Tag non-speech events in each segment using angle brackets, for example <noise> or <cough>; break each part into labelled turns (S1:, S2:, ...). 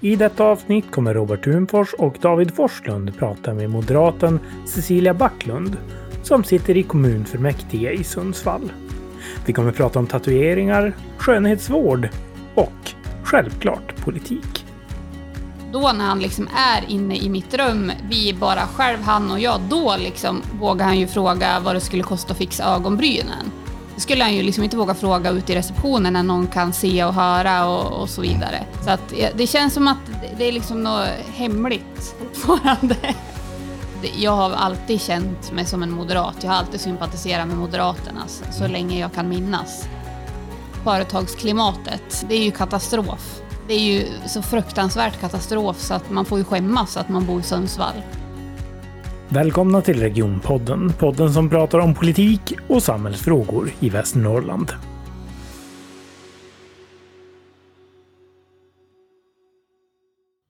S1: I detta avsnitt kommer Robert Thunfors och David Forslund prata med moderaten Cecilia Backlund som sitter i kommunfullmäktige i Sundsvall. Vi kommer prata om tatueringar, skönhetsvård och självklart politik.
S2: Då när han liksom är inne i mitt rum, vi bara själv, han och jag, då liksom vågar han ju fråga vad det skulle kosta att fixa ögonbrynen. Det skulle han ju liksom inte våga fråga ute i receptionen när någon kan se och höra och, och så vidare. Så att ja, det känns som att det är liksom något hemligt fortfarande. Jag har alltid känt mig som en moderat. Jag har alltid sympatiserat med Moderaterna så- så länge jag kan minnas. Företagsklimatet, det är ju katastrof. Det är ju så fruktansvärt katastrof så att man får ju skämmas att man bor i Sundsvall.
S1: Välkomna till Regionpodden, podden som pratar om politik och samhällsfrågor i Västernorrland.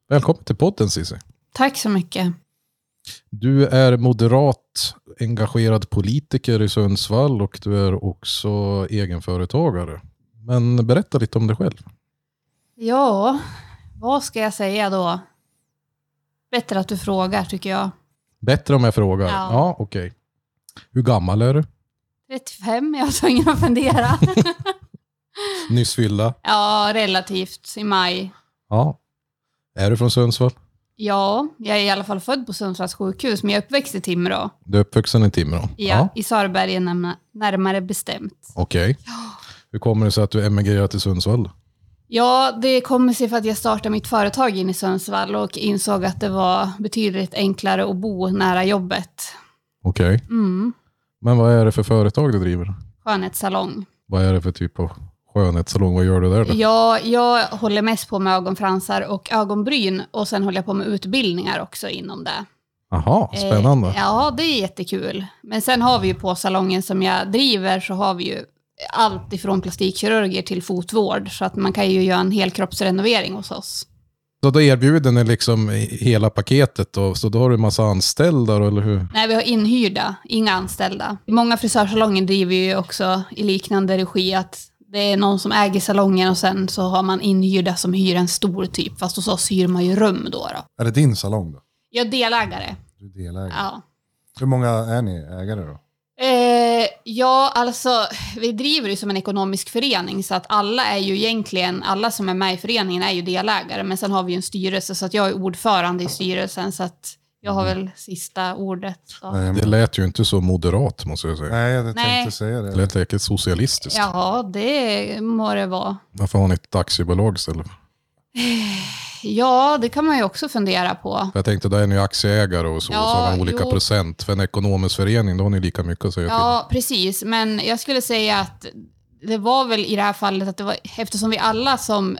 S3: Välkommen till podden Cissi.
S2: Tack så mycket.
S3: Du är moderat engagerad politiker i Sundsvall och du är också egenföretagare. Men berätta lite om dig själv.
S2: Ja, vad ska jag säga då? Bättre att du frågar tycker jag.
S3: Bättre om jag frågar.
S2: Ja.
S3: Ja, okej. Hur gammal är du?
S2: 35, <laughs> jag har tvungen att fundera.
S3: Nyss fyllda?
S2: ja, relativt i maj.
S3: Ja. Är du från Sundsvall?
S2: Ja, jag är i alla fall född på Sundsvalls sjukhus, men jag är uppväxt i Timrå.
S3: Du är uppvuxen i Timrå?
S2: Ja, I Sörberge närma- närmare bestämt.
S3: Okej. Hur kommer det sig att du emigrerar till Sundsvall?
S2: Ja, det kommer sig för att jag startade mitt företag in i Sundsvall och insåg att det var betydligt enklare att bo nära jobbet.
S3: Okej.
S2: Mm,
S3: Men vad är det för företag du driver?
S2: skönhetssalong.
S3: Vad är det för typ av skönhetssalong? Vad gör du där? då?
S2: Ja, jag håller mest på med ögonfransar och ögonbryn och sen håller jag på med utbildningar också inom det.
S3: Aha, spännande.
S2: Eh, ja, det är jättekul. Men sen har vi ju på salongen som jag driver så har vi ju allt ifrån plastikkirurger till fotvård. Så att man kan ju göra en helkroppsrenovering hos oss.
S3: Så då erbjuder ni liksom hela paketet då, så då har du en massa anställda då, eller hur?
S2: Nej, vi har inhyrda, inga anställda. Många frisörsalonger driver ju också i liknande regi att det är någon som äger salongen och sen så har man inhyrda som hyr en stor typ. Fast hos oss hyr man ju rum då. då.
S4: Är det din salong då?
S2: Jag är delägare.
S4: Du är delägare.
S2: Ja.
S4: Hur många är ni ägare då?
S2: Eh, ja, alltså vi driver ju som en ekonomisk förening så att alla är ju egentligen, alla som är med i föreningen är ju delägare men sen har vi ju en styrelse så att jag är ordförande i styrelsen så att jag har väl sista ordet. Så.
S4: Nej,
S3: Det
S4: men-
S3: lät ju inte så moderat måste jag säga.
S4: Nej, jag tänkte
S2: Nej.
S4: säga det.
S3: Det lät säkert socialistiskt.
S2: Ja, det må det vara.
S3: Varför har ni ett aktiebolag istället?
S2: Ja, det kan man ju också fundera på.
S3: För Jag tänkte, där är ni aktieägare och så,
S2: Ja,
S3: och så har ni olika
S2: jo.
S3: procent. För en ekonomisk förening, då har ni lika mycket att säga till.
S2: Ja, precis. Men jag skulle säga att det var väl i det här fallet att det var, eftersom vi alla som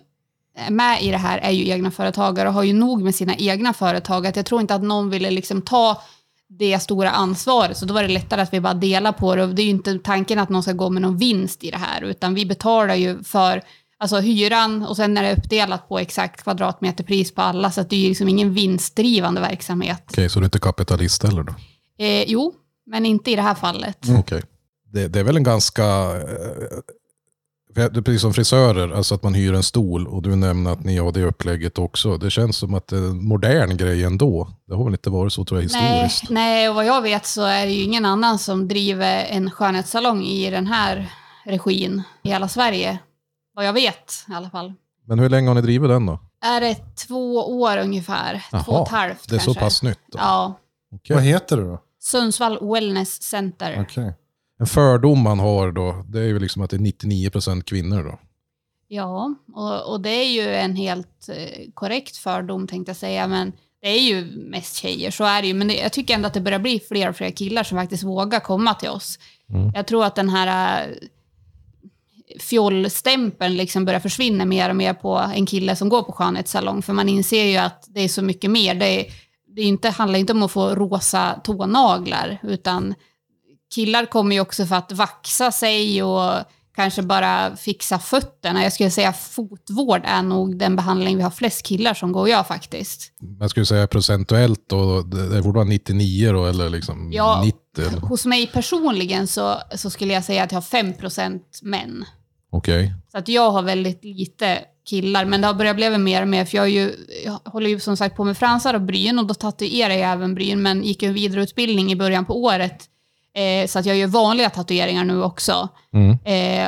S2: är med i det här är ju egna företagare och har ju nog med sina egna företag, att jag tror inte att någon ville liksom ta det stora ansvaret, så då var det lättare att vi bara delar på det. Och det är ju inte tanken att någon ska gå med någon vinst i det här, utan vi betalar ju för alltså hyran och sen är det uppdelat på exakt kvadratmeterpris på alla, så att det är ju liksom ingen vinstdrivande verksamhet.
S3: Okej, så du är inte kapitalist heller då?
S2: Eh, jo, men inte i det här fallet.
S3: Okej. Det, det är väl en ganska... eh, för jag- det är precis som frisörer, alltså att man hyr en stol och du nämner att ni har det upplägget också. Det känns som att det är en modern grej ändå. Det har väl inte varit så tror jag
S2: Nej,
S3: historiskt?
S2: nej, och vad jag vet så är det ju ingen annan som driver en skönhetssalong i den här regin i hela Sverige. Vad jag vet i alla fall.
S3: Men hur länge har ni drivit den då?
S2: Är det två år ungefär?
S3: Jaha,
S2: två och ett halvt
S3: Det är
S2: kanske.
S3: så pass nytt. Då.
S2: Ja.
S3: Okej.
S4: Vad heter du då?
S2: Sundsvall Wellness Center.
S4: Okej.
S3: En fördom man har då, det är ju liksom att det är 99% kvinnor då.
S2: Ja, och, och det är ju en helt eh, korrekt fördom tänkte jag säga, men det är ju mest tjejer, så är det ju. Men det, jag tycker ändå att det börjar bli fler och fler killar som faktiskt vågar komma till oss.
S3: Mm.
S2: Jag tror att den här eh, fjollstämpeln liksom börjar försvinna mer och mer på en kille som går på skönhetssalong, för man inser ju att det är så mycket mer. Det, är, det är inte, handlar inte om att få rosa tånaglar, utan killar kommer ju också för att vaxa sig och kanske bara fixa fötterna. Jag skulle säga fotvård är nog den behandling vi har flest killar som går och gör faktiskt.
S3: Jag skulle säga procentuellt då, det är fortfarande 99 då eller liksom
S2: Ja.
S3: 90? eller-
S2: Hos mig personligen så, så skulle jag säga att jag har 5% män.
S3: Okej.
S2: Så att jag har väldigt lite killar, men det har börjat bli mer och mer, för jag, är ju, jag håller ju som sagt på med fransar och bryn, och då tatuerar jag även bryn, men gick ju en vidareutbildning i början på året, eh, så att jag gör vanliga tatueringar nu också.
S3: Mm.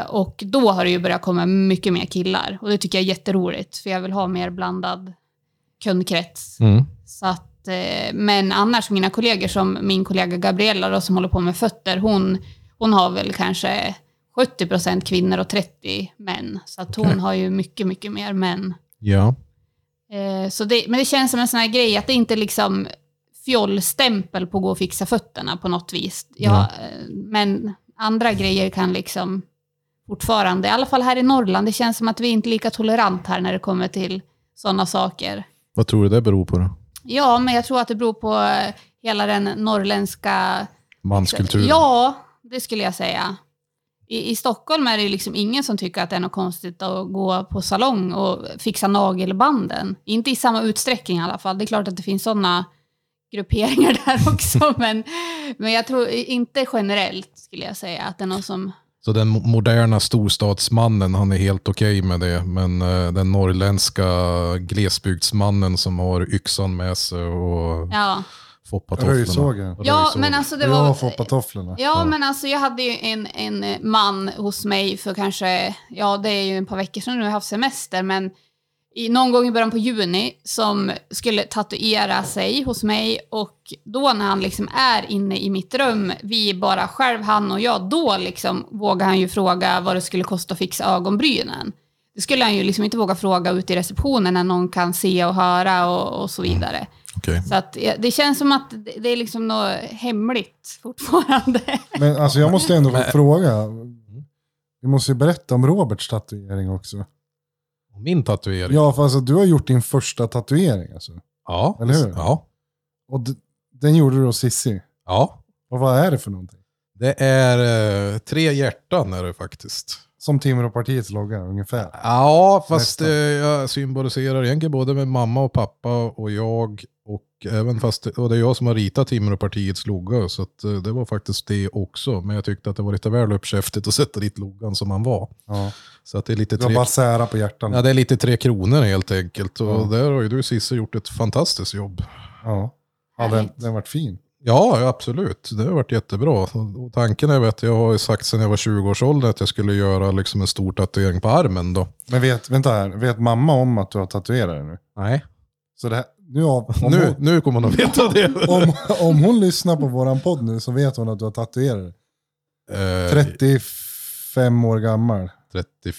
S2: Eh, och då har det ju börjat komma mycket mer killar, och det tycker jag är jätteroligt, för jag vill ha mer blandad kundkrets.
S3: Mm.
S2: Så att, eh, men annars mina kollegor, som min kollega Gabriella då, som håller på med fötter, hon, hon har väl kanske 70% kvinnor och 30 män. Så att hon
S3: Okej.
S2: har ju mycket, mycket mer män.
S3: Ja.
S2: Eh, så det, men det känns som en sån här grej att det inte är liksom fjollstämpel på att gå och fixa fötterna på något vis. Ja, eh, Men andra grejer kan liksom fortfarande, i alla fall här i Norrland, det känns som att vi inte är lika tolerant här när det kommer till sådana saker.
S3: Vad tror du det beror på då?
S2: Ja, men jag tror att det beror på eh, hela den norrländska...
S3: Manskulturen?
S2: Ja, det skulle jag säga. I, I Stockholm är det ju liksom ingen som tycker att det är något konstigt att gå på salong och fixa nagelbanden. Inte i samma utsträckning i alla fall. Det är klart att det finns sådana grupperingar <laughs> där också, men, men jag tror inte generellt skulle jag säga att det är någon som...
S3: Så den mo- moderna storstadsmannen, han är helt okej med det. Men eh, den norrländska glesbygdsmannen som har yxan med sig och
S2: Ja,
S3: foppatofflorna.
S4: Röjsågen.
S2: ja men alltså det var...
S4: Jag får på tofflorna.
S2: Ja, men alltså jag hade ju en, en eh, man hos mig för kanske, ja det är ju en par veckor sedan nu, jag har haft semester, men i, någon gång i början på juni som skulle tatuera sig hos mig och då när han liksom är inne i mitt rum, vi bara själv, han och jag, då liksom vågar han ju fråga vad det skulle kosta att fixa ögonbrynen. Det skulle han ju liksom inte våga fråga ute i receptionen när någon kan se och höra och, och så vidare.
S3: Okej.
S2: Så att, eh, det känns som att det det är liksom något hemligt fortfarande.
S4: Men alltså jag måste ändå fråga.
S3: Mm.
S4: Vi måste ju berätta om Roberts tatuering också.
S3: Och Min tatuering?
S4: Ja, för alltså du har gjort din första tatuering alltså.
S3: Ja.
S4: Eller hur?
S3: Ja.
S4: Och d- den gjorde du då Sissi.
S3: ja.
S4: Och vad är det för någonting?
S3: Det är eh, tre hjärtan är det faktiskt.
S4: Som Timråpartiets logga ungefär.
S3: Ja, fast
S4: Nästan.
S3: eh, jag symboliserar egentligen både med mamma och pappa och jag. Och även fast och det är jag som har ritat Timråpartiets logga. Så att, eh, det var faktiskt det också. Men jag tyckte att det var lite väl uppkäftigt att sätta dit loggan som han var.
S4: Ja.
S3: Så att det är lite
S4: Du har
S3: tre,
S4: bara sära på hjärtan.
S3: ja, det är lite tre kronor helt enkelt. Och
S4: Ja.
S3: där har ju du Cissi gjort ett fantastiskt jobb.
S4: Ja, ja den,
S2: Härligt.
S4: den vart fin.
S3: Ja, ja, absolut. Det har varit jättebra. Och- Och tanken är väl att jag har ju sagt sedan jag var 20-årsåldern att jag skulle göra liksom en stor tatuering på armen då.
S4: Men vet, vänta här, vet mamma om att du har tatuerat dig nu?
S3: Nej.
S4: Så det här, nu av, om,
S3: Nu,
S4: Hon,
S3: nu kommer man att veta det.
S4: <laughs> om, om hon lyssnar på våran podd nu så vet hon att du har tatuerat dig.
S3: Eh,
S4: 35 år gammal.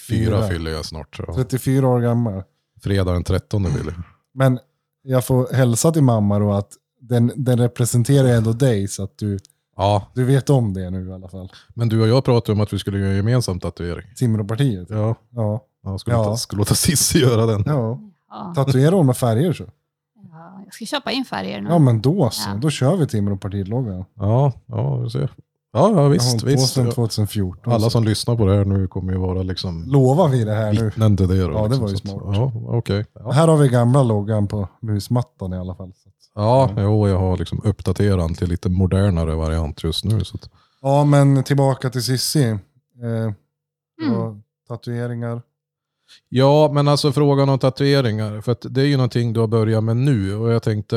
S3: 34 fyller jag snart. Ja.
S4: 34 år gammal.
S3: Fredag den 13 vill jag.
S4: Men jag får hälsa till mamma då att den, den representerar ändå dig så att du,
S3: Ja,
S4: du vet om det nu i alla fall.
S3: men du och jag pratade om att vi skulle göra en gemensam tatuering.
S4: Timråpartiet.
S3: Ja,
S4: Ja.
S3: jag skulle,
S4: Ja.
S3: Låta, skulle låta Cissi göra den.
S4: ja.
S2: Ja,
S4: Tatuera hon med färger så.
S2: ja, jag ska köpa in färger nu.
S4: Ja men då så,
S2: Ja.
S4: då kör vi Timråpartiet-loggan.
S3: Ja, ja, vi ser. Ja, ja
S4: Jag har
S3: visst.
S4: hållit på
S3: visst.
S4: sedan
S3: Ja.
S4: 2014.
S3: Alla som lyssnar på det här nu kommer ju vara liksom
S4: Lovar vi det här nu?
S3: vittnen till det. Då,
S4: Ja, det
S3: liksom,
S4: var ju
S3: så att-
S4: smart.
S3: Ja, okej. Ja.
S4: Här har vi gamla loggan på musmattan i alla fall.
S3: Ja, jo, jag har liksom uppdaterat den till lite modernare variant just nu. Så att,
S4: Ja, men tillbaka till Sissi. Eh,
S2: Mm.
S4: och Tatueringar.
S3: ja, men alltså frågan om tatueringar, för att det är ju någonting du har börjat med nu och jag tänkte,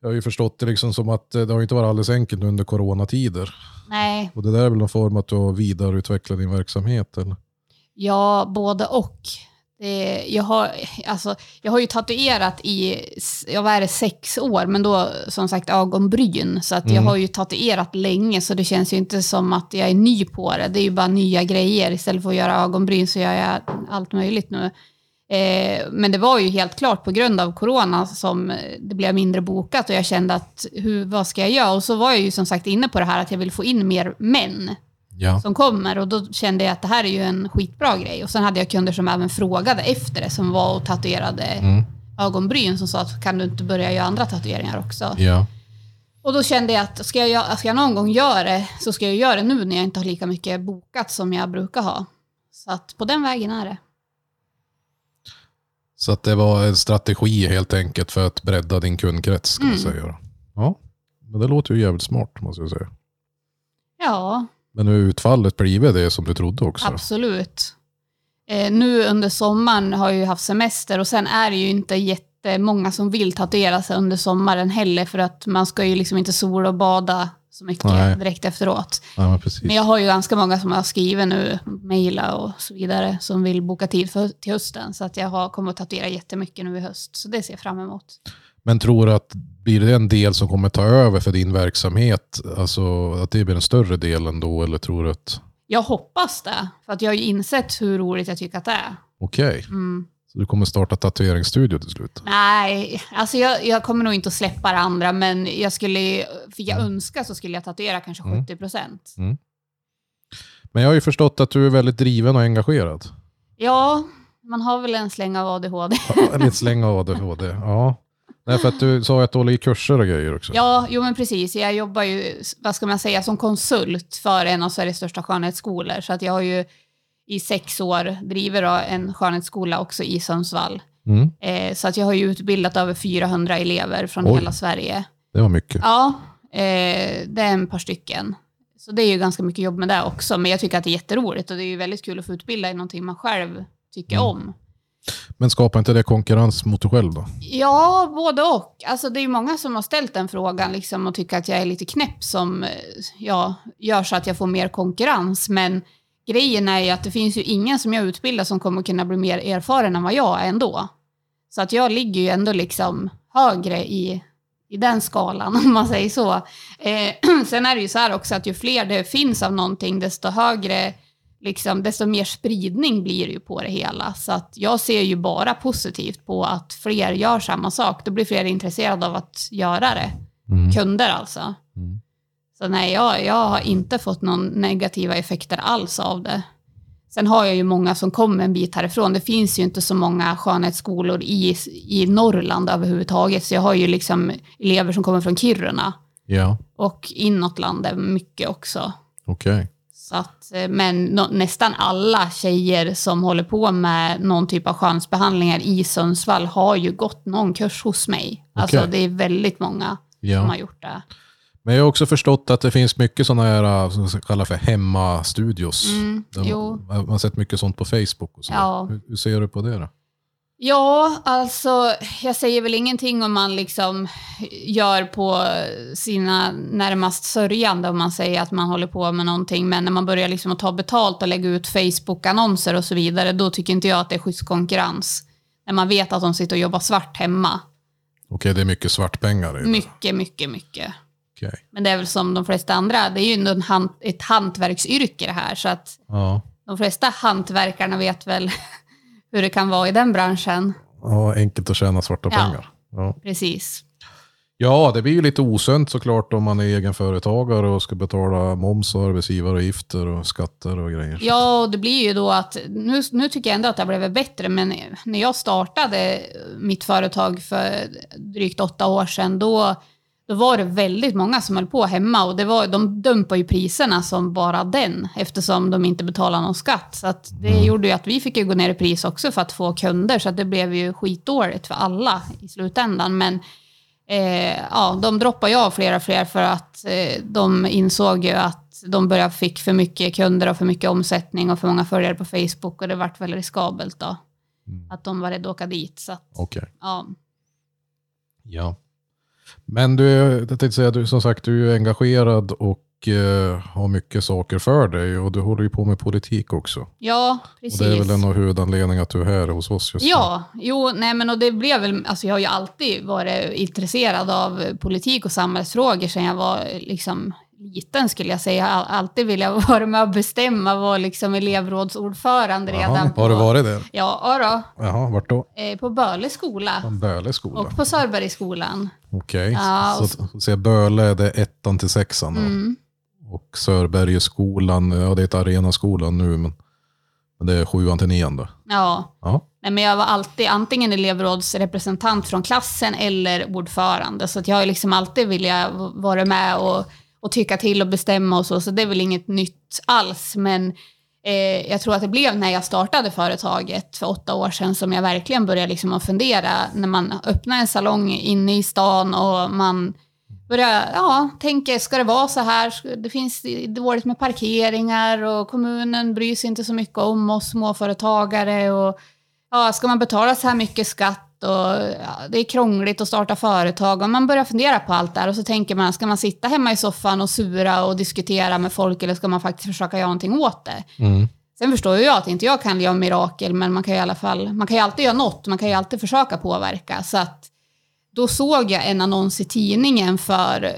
S3: jag har ju förstått det liksom som att eh, det har inte varit alldeles enkelt under coronatider.
S2: Nej,
S3: Och det där är väl någon form att du har vidareutvecklat din verksamhet? Eller?
S2: ja, både och. Det, jag, har, alltså, jag har ju tatuerat i, s- ja, vad är det, sex år, men då som sagt ögonbryn. Så att jag
S3: Mm.
S2: har ju tatuerat länge, så det känns ju inte som att jag är ny på det. Det är ju bara nya grejer. Istället för att göra ögonbryn så gör jag allt möjligt nu. Eh, men det var ju helt klart på grund av corona som eh, det blev mindre bokat och jag kände att hur, vad ska jag göra? Och så var jag ju som sagt inne på det här att jag vill få in mer män.
S3: Ja.
S2: som kommer och då kände jag att det här är ju en skitbra grej. Och sen hade jag kunder som även frågade efter det som var och tatuerade
S3: Mm.
S2: ögonbryn som sa att kan du inte börja göra andra tatueringar också?
S3: Ja.
S2: Och då kände jag att ska jag, göra- ska jag någon gång göra det så ska jag göra det nu när jag inte har lika mycket bokat som jag brukar ha. Så att på den vägen är det.
S3: Så att det var en strategi helt enkelt för att bredda din kundkrets. Ska man
S2: Mm.
S3: säga. då. Ja, men det låter ju jävligt smart måste jag säga.
S2: Ja,
S3: Men hur utfallet blivit det som du trodde också? då?
S2: absolut. Eh, nu under sommaren har jag ju haft semester och sen är det ju inte jättemånga som vill tatuera sig under sommaren heller för att man ska ju liksom inte sola och bada så mycket
S3: Nej.
S2: direkt efteråt.
S3: Ja, men precis.
S2: Men jag har ju ganska många som har skrivit nu, mejla och så vidare, som vill boka tid för, till hösten. Så att jag har, kommer att tatuera jättemycket nu i höst, så det ser jag fram emot.
S3: Men tror du att blir det en del som kommer ta över för din verksamhet? Alltså att det blir en större del ändå? Eller tror du att,
S2: Jag hoppas det, för att jag har ju insett hur roligt jag tycker att det är.
S3: okej,
S2: Mm.
S3: så du kommer starta tatueringsstudio till slut?
S2: Nej, alltså jag, jag kommer nog inte att släppa det andra, men jag skulle, fick jag önska så skulle jag tatuera kanske
S3: Mm.
S2: 70 procent.
S3: Men jag har ju förstått att du är väldigt driven och engagerad.
S2: Ja, man har väl en släng av ADHD.
S3: Ja, Lite släng av ADHD. Ja. Nej, för att du sa ju att du håller i kurser och grejer också.
S2: Ja, jo men precis. Jag jobbar ju, vad ska man säga, som konsult för en av Sveriges största skönhetsskolor. Så att jag har ju i sex år driver då en skönhetsskola också i Sundsvall.
S3: Mm,
S2: Eh, så att jag har ju utbildat över 400 elever från
S3: Oj.
S2: hela Sverige.
S3: det var mycket.
S2: Ja, eh, det är en par stycken. Så det är ju ganska mycket jobb med det också. Men jag tycker att det är jätteroligt och det är ju väldigt kul att få utbilda i någonting man själv tycker
S3: Mm.
S2: om.
S3: Men skapar inte det konkurrens mot dig själv då?
S2: Ja, både och. Alltså, det är ju många som har ställt den frågan liksom, och tycker att jag är lite knäpp som eh, ja, gör så att jag får mer konkurrens. Men grejen är ju att det finns ju ingen som jag utbildar som kommer kunna bli mer erfaren än vad jag är ändå. Så att jag ligger ju ändå liksom högre i, i den skalan, <laughs> om man säger så. Eh, <clears throat> sen är det ju så här också att ju fler det finns av någonting, desto högre liksom, desto mer spridning blir det ju på det hela. Så att jag ser ju bara positivt på att fler gör samma sak. Då blir fler intresserade av att göra det.
S3: Mm.
S2: Kunder alltså.
S3: Mm.
S2: Så nej, jag, jag har inte fått någon negativa effekter alls av det. Sen har jag ju många som kommer en bit härifrån. Det finns ju inte så många skönhetsskolor i, i Norrland överhuvudtaget. Så jag har ju liksom elever som kommer från Kiruna
S3: Ja,
S2: och inåt landet mycket också.
S3: okej.
S2: Så att, eh, men nå- nästan alla tjejer som håller på med någon typ av skönhetsbehandlingar i Sundsvall har ju gått någon kurs hos mig. Alltså
S3: Okej.
S2: det är väldigt många som
S3: Ja.
S2: har gjort det.
S3: Men jag har också förstått att det finns mycket sådana här, äh, som man ska kalla för hemmastudios.
S2: Mm,
S3: Där man-
S2: jo.
S3: Man har sett mycket sånt på Facebook. Och så.
S2: Ja.
S3: Hur, hur ser du på det då?
S2: Ja, alltså jag säger väl ingenting om man liksom gör på sina närmast sörjande om man säger att man håller på med någonting. Men när man börjar liksom att ta betalt och lägga ut Facebook-annonser och så vidare, då tycker inte jag att det är schysst konkurrens. När man vet att de sitter och jobbar svart hemma.
S3: Okej, det är mycket svartpengar i det.
S2: Mycket, mycket, mycket.
S3: Okej.
S2: Men det är väl som de flesta andra, det är ju ändå en han, ett hantverksyrke det här, så att
S3: Ja.
S2: de flesta hantverkarna vet väl <laughs> hur det kan vara i den branschen.
S3: ja, enkelt att tjäna svarta
S2: Ja.
S3: pengar. Ja.
S2: Precis.
S3: ja, det blir ju lite osunt såklart om man är egenföretagare och ska betala moms och arbetsgivaravgifter och skatter och grejer.
S2: Ja, och det blir ju då att, nu, nu tycker jag ändå att det har blivit bättre, men när jag startade mitt företag för drygt åtta år sedan, då, då var det väldigt många som höll på hemma och det var, de dumpade ju priserna som bara den, eftersom de inte betalade någon skatt. Så att det
S3: Mm.
S2: gjorde ju att vi fick ju gå ner i pris också för att få kunder, så att det blev ju skitdåligt för alla i slutändan. Men Eh, ja, de droppade ju av flera och fler för att eh, de insåg ju att de började fick för mycket kunder och för mycket omsättning och för många följare på Facebook och det vart väl riskabelt då.
S3: Mm.
S2: Att de var rädda att åka dit. Så att,
S3: Okej.
S2: ja.
S3: Ja. Men du, jag tänkte säga, du, som sagt, du är engagerad och eh, har mycket saker för dig och du håller ju på med politik också.
S2: ja,
S3: Och
S2: precis.
S3: det är väl en av huvudanledningarna att du är här hos oss just nu.
S2: Ja, jo, nej men och det blev väl, alltså jag har ju alltid varit intresserad av eh, politik och samhällsfrågor sedan jag var eh, liksom liten skulle jag säga. All- Alltid ville jag <laughs> vara med och bestämma, var liksom elevrådsordförande redan.
S3: Jaha,
S2: på,
S3: har du varit det?
S2: Ja, ja då.
S3: Jaha, vart då?
S2: Eh, på Böle skola
S3: På en Böleskola.
S2: och på Sörbergsskolan.
S3: Okej,
S2: Ja, och
S3: så, så ser jag Böle det är ettan till sexan. då.
S2: Mm.
S3: Och Sörbergeskolan, ja det heter Arenaskolan nu, men, men det är sjuan till nian då.
S2: Ja.
S3: Ja,
S2: Nej, men jag var alltid antingen elevrådsrepresentant från klassen eller ordförande. Så att jag har liksom alltid velat v- vara med och, och tycka till och bestämma och så. Så det är väl inget nytt alls. Men eh, jag tror att det blev när jag startade företaget för åtta år sedan som jag verkligen började liksom att fundera. När man öppnar en salong inne i stan och man börja ja, tänka, ska det vara så här? Det finns dåligt med parkeringar och kommunen bryr sig inte så mycket om oss småföretagare. Och, ja, ska man betala så här mycket skatt? Och, ja, det är krångligt att starta företag. Och man börjar fundera på allt där och så tänker man, ska man sitta hemma i soffan och sura och diskutera med folk eller ska man faktiskt försöka göra någonting åt det?
S3: Mm.
S2: Sen förstår ju jag att inte jag kan göra mirakel, men man kan ju i alla fall, man kan ju alltid göra något, man kan ju alltid försöka påverka. Så att då såg jag en annons i tidningen för,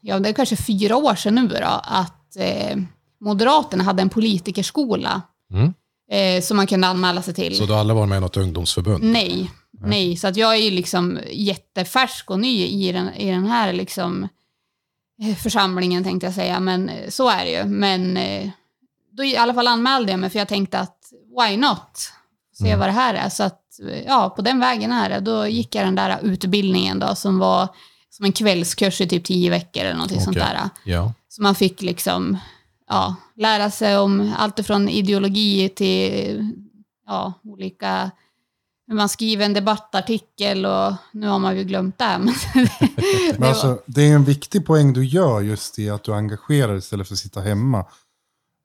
S2: ja det är kanske fyra år sedan nu då, att eh, Moderaterna hade en politikerskola
S3: Mm.
S2: eh, som man kunde anmäla sig till.
S3: Så du har aldrig varit med i något ungdomsförbund?
S2: Nej, nej. Så att jag är ju liksom jättefärsk och ny i den, i den här liksom eh, församlingen tänkte jag säga, men eh, så är det ju. Men eh, då i alla fall anmälde jag mig för jag tänkte att why not? Se
S3: Mm.
S2: vad det här är. Så att eh, ja, på den vägen är det. Då gick jag den där utbildningen då som var som en kvällskurs i typ tio veckor eller någonting sånt
S3: Okej.
S2: där.
S3: Ja.
S2: Så man fick liksom ja, lära sig om allt ifrån ideologi till ja, olika hur man skriver en debattartikel och nu har man ju glömt det. här, Men <laughs> det
S4: Men
S2: var,
S4: alltså, det är en viktig poäng du gör just i att du engagerar dig istället för att sitta hemma.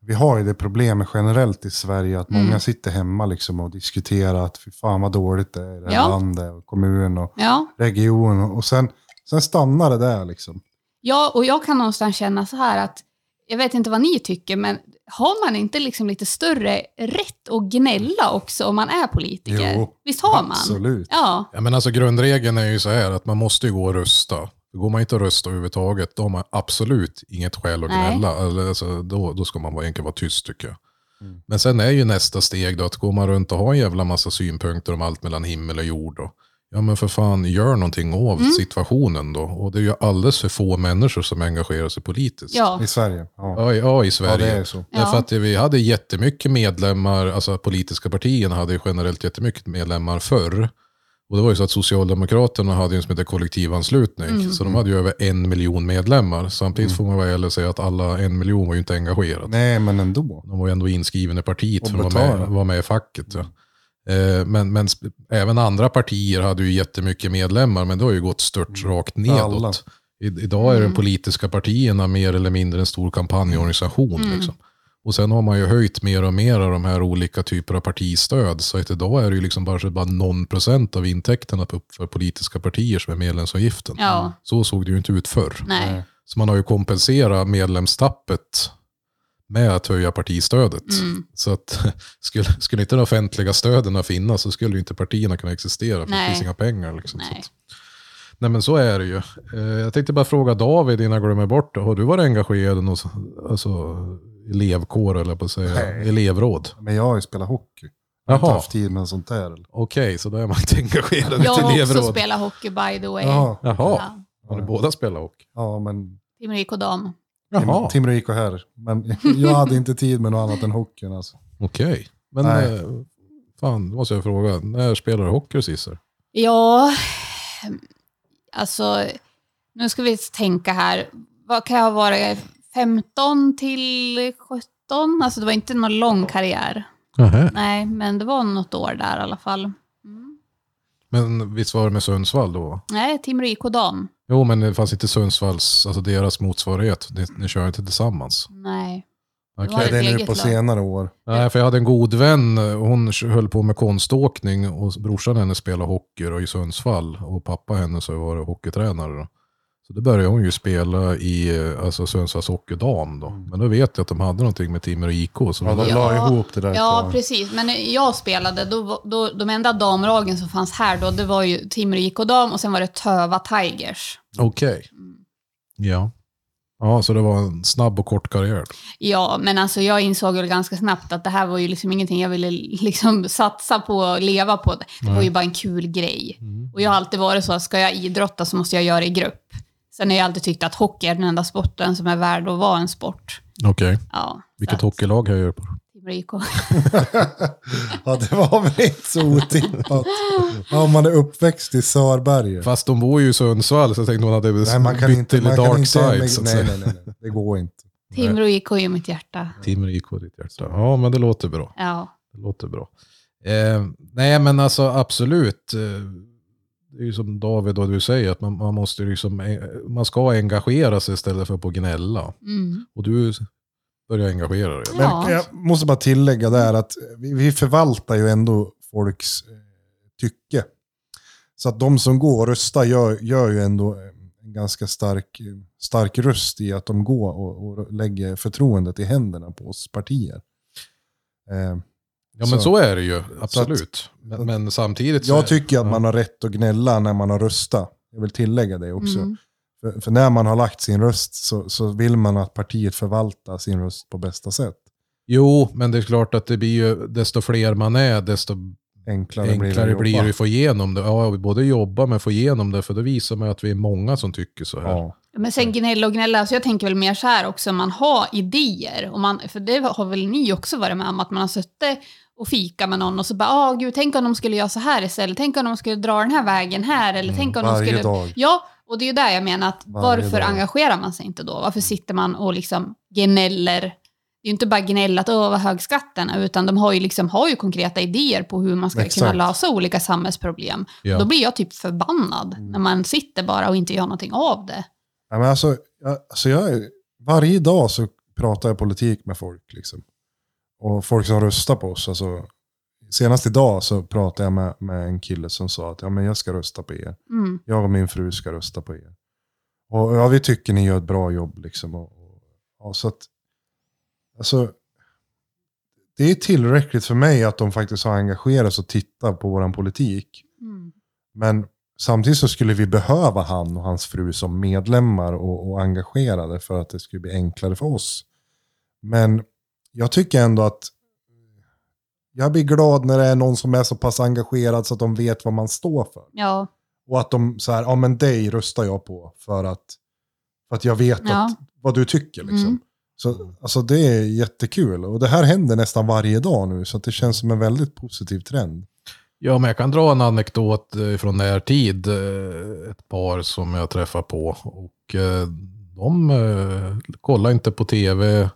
S4: Vi har ju det problemet generellt i Sverige att
S2: Mm.
S4: många sitter hemma liksom och diskuterar att fy fan vad dåligt det är i det här
S2: Ja.
S4: landet, och kommun och
S2: ja.
S4: region. Och sen, sen stannar det där liksom.
S2: ja, och jag kan någonstans känna så här att jag vet inte vad ni tycker, men har man inte liksom lite större rätt att gnälla också om man är politiker?
S4: Jo,
S2: Visst har man?
S4: Absolut.
S2: Ja,
S3: ja, men alltså grundregeln är ju så här att man måste ju gå och rösta. Går man inte och rösta överhuvudtaget, då har man absolut inget skäl att
S2: Nej.
S3: gnälla. Eller, Alltså, då, då ska man vara- egentligen vara tyst tycker jag.
S4: Mm.
S3: Men sen är ju nästa steg då att går man runt och har en jävla massa synpunkter om allt mellan himmel och jord. Då, ja men för fan, gör någonting av
S2: Mm.
S3: situationen då. Och det är ju alldeles för få människor som engagerar sig politiskt.
S2: ja.
S4: I Sverige. Ja.
S3: Ja, i- ja i Sverige.
S4: ja, det är så.
S3: Därför
S2: Ja.
S3: att vi hade jättemycket medlemmar, alltså politiska partierna hade ju generellt jättemycket medlemmar förr. Och det var ju så att Socialdemokraterna hade ju en som hette kollektivanslutning,
S2: Mm.
S3: så de hade ju över en miljon medlemmar. Samtidigt får man vara ärlig och säga att alla en miljon var ju inte engagerade.
S4: Mm. Nej, men ändå.
S3: De var ju ändå inskriven i partiet
S4: Och
S3: för att vara med,
S4: betala.
S3: vara med i facket. Ja. Eh, Men, men sp- även andra partier hade ju jättemycket medlemmar, men det har ju gått stört rakt
S4: Mm. Alla.
S3: nedåt. I, idag är de
S2: Mm.
S3: politiska partierna mer eller mindre en stor kampanjorganisation.
S2: Mm.
S3: Liksom. Och sen har man ju höjt mer och mer av de här olika typer av partistöd. Så att idag är det ju liksom bara, så bara någon procent av intäkterna på- för politiska partier som är medlemsavgiften.
S2: Ja.
S3: Så såg det ju inte ut förr.
S2: Nej.
S3: Så man har ju kompenserat medlemstappet med att höja partistödet.
S2: Mm.
S3: Så att <laughs> skulle, skulle inte de offentliga stöden finnas så skulle ju inte partierna kunna existera. För det
S2: Nej.
S3: finns inga pengar. Liksom, Så
S2: Nej.
S3: att, nej men så är det ju. Eh, Jag tänkte bara fråga David innan jag glömmer bort det. Har du varit engagerad i någon alltså, elevkår eller på att säga?
S4: Nej.
S3: Elevråd?
S4: Men jag har ju spelat hockey. Jag har inte
S3: Jaha,
S4: haft tid med sånt där. Eller?
S3: okej så då är man inte engagerad i
S2: Jag
S3: ett
S2: har också
S3: elevråd.
S2: spelat hockey by the way.
S4: Ja,
S3: Jaha,
S2: Ja.
S3: har ni båda spelat hockey?
S4: ja, men
S2: Timmerik och dam.
S4: Tim- Timrå gick och här. Men <laughs> jag hade inte tid med något annat än hockeyn. Alltså.
S3: Okej, men
S4: Nej.
S3: eh, fan, då måste jag fråga. När spelar du hockey Cisser?
S2: Ja, alltså nu ska vi tänka här. Vad kan jag ha varit? 15 till 17? Alltså det var inte någon lång karriär. Nej, men det var något år där i alla fall. Mm.
S3: Men visst var det med Sundsvall då?
S2: Nej, Timrå IK dam.
S3: Jo, men det fanns inte Sundsvalls, alltså deras motsvarighet. Ni, ni kör inte tillsammans?
S2: Nej.
S3: Okej.
S2: var
S4: Det är nu
S2: eget
S4: på
S2: lag.
S4: senare år.
S3: Nej, för jag hade en god vän, hon höll på med konståkning och brorsan hennes spelade hockey då, i Sundsvall och pappa hennes har ju varit hockeytränare. Då. Så då började hon ju spela i eh, alltså, Sundsvalls hockeydam då. Men då vet jag att de hade någonting med Timrå IK. Så
S4: Mm. Ja, de
S2: Ja.
S4: la ihop det där.
S2: Ja,
S4: ett tag.
S2: precis. Men när jag spelade, då, var- då, de enda damlagen som fanns här då, det var ju Timrå IK dam och sen var det Töva Tigers.
S3: Okej.
S4: Mm.
S3: Ja. Ja, så det var en snabb och kort karriär.
S2: Ja, men alltså jag insåg väl ganska snabbt att det här var ju liksom ingenting jag ville <laughs> liksom satsa på och leva på. Det var ju bara en kul grej. Och jag har alltid varit så att ska jag idrotta så måste jag göra det i grupp. Sen har jag alltid tyckt att hockey är den enda sporten som är värd att vara en sport.
S3: Okej.
S2: Ja,
S3: Vilket hockeylag jag gör på.
S2: Timrå IK.
S4: ja, det var väl inte så otippat. Ja, om man är uppväxt i Sörberge.
S3: Fast de bor ju i Sundsvall, så jag tänkte hon hade
S4: Nej, man kan
S3: bytt
S4: inte...
S3: till
S4: Man kan
S3: dark
S4: inte
S3: side. Så att
S4: nej,
S3: säga.
S4: nej, nej, nej. Det går inte.
S2: Timrå IK är ju mitt hjärta.
S3: Timrå IK, ditt hjärta. Ja, men det låter bra.
S2: Ja.
S3: Det låter bra. Eh, nej, men alltså absolut. Eh, det är ju som David och du säger, att man, man måste ju liksom, eh, man ska engagera sig istället för på gnälla.
S2: Mm.
S3: Och du börjar engagera dig.
S4: Men
S2: Ja.
S4: jag måste bara tillägga där att vi, vi förvaltar ju ändå folks eh, tycke. Så att de som går och röstar gör, gör ju ändå eh, en ganska stark, eh, stark röst i att de går och, och lägger förtroendet i händerna på oss partier. Eh,
S3: Ja men så,
S4: Så-
S3: är det ju, absolut. men, men samtidigt så...
S4: jag tycker att
S3: ja.
S4: man har rätt att gnälla när man har röstat. Jag vill tillägga det också.
S2: Mm.
S4: För, för när man har lagt sin röst så, så vill man att partiet förvaltar sin röst på bästa sätt.
S3: Jo, men det är klart att det blir ju, desto fler man är, desto
S4: Enklare,
S3: enklare
S4: att
S3: blir
S4: jobba.
S3: det att få igenom det. Ja, vi både jobba men få igenom det, för det visar man ju att vi är många som tycker så här.
S4: Ja.
S2: Men sen gnälla och gnälla, så jag tänker väl mer så här också, man har idéer. Och man, för det har väl ni också varit med om, att man har suttit och fika med någon och så bara, ah gud, tänk om de skulle göra så här istället, tänk om de skulle dra den här vägen här, eller
S3: Mm,
S2: tänk om de
S4: Varje
S2: skulle...
S4: dag.
S2: Ja, och det är ju där jag menar att
S4: Varje
S2: varför
S4: dag.
S2: engagerar man sig inte då? Varför sitter man och liksom gnäller? Det är ju inte bara gnäll att åh vad hög skatten är, utan de har ju, liksom, har ju konkreta idéer på hur man ska kunna
S4: Exakt.
S2: lösa olika samhällsproblem.
S3: Ja.
S2: Då blir jag typ förbannad
S4: Mm.
S2: när man sitter bara och inte gör någonting av det.
S4: Ja, men alltså, jag, alltså jag, är- varje dag så pratar jag politik med folk. Liksom. Och folk som röstar på oss. Alltså, senast idag så pratade jag med, med en kille som sa att ja, men jag ska rösta på er.
S2: Mm.
S4: Jag och min fru ska rösta på er. Och ja, vi tycker ni gör ett bra jobb. Liksom, och, och, ja, så att, alltså, det är tillräckligt för mig att de faktiskt har engagerat sig och tittat på vår politik.
S2: Mm.
S4: Men samtidigt så skulle vi behöva han och hans fru som medlemmar och, och engagerade för att det skulle bli enklare för oss. Men jag tycker ändå att jag blir glad när det är någon som är så pass engagerad så att de vet vad man står för.
S2: Ja,
S4: Och att de så här, ja men dig röstar jag på för att, för att jag vet
S2: Ja.
S4: att, vad du tycker. Liksom.
S2: Mm.
S4: Så, alltså det är jättekul och det här händer nästan varje dag nu så att det känns som en väldigt positiv trend.
S3: Ja, men jag kan dra en anekdot eh, från närtid. eh, Ett par som jag träffar på. Och eh, de eh, kollar inte på tv,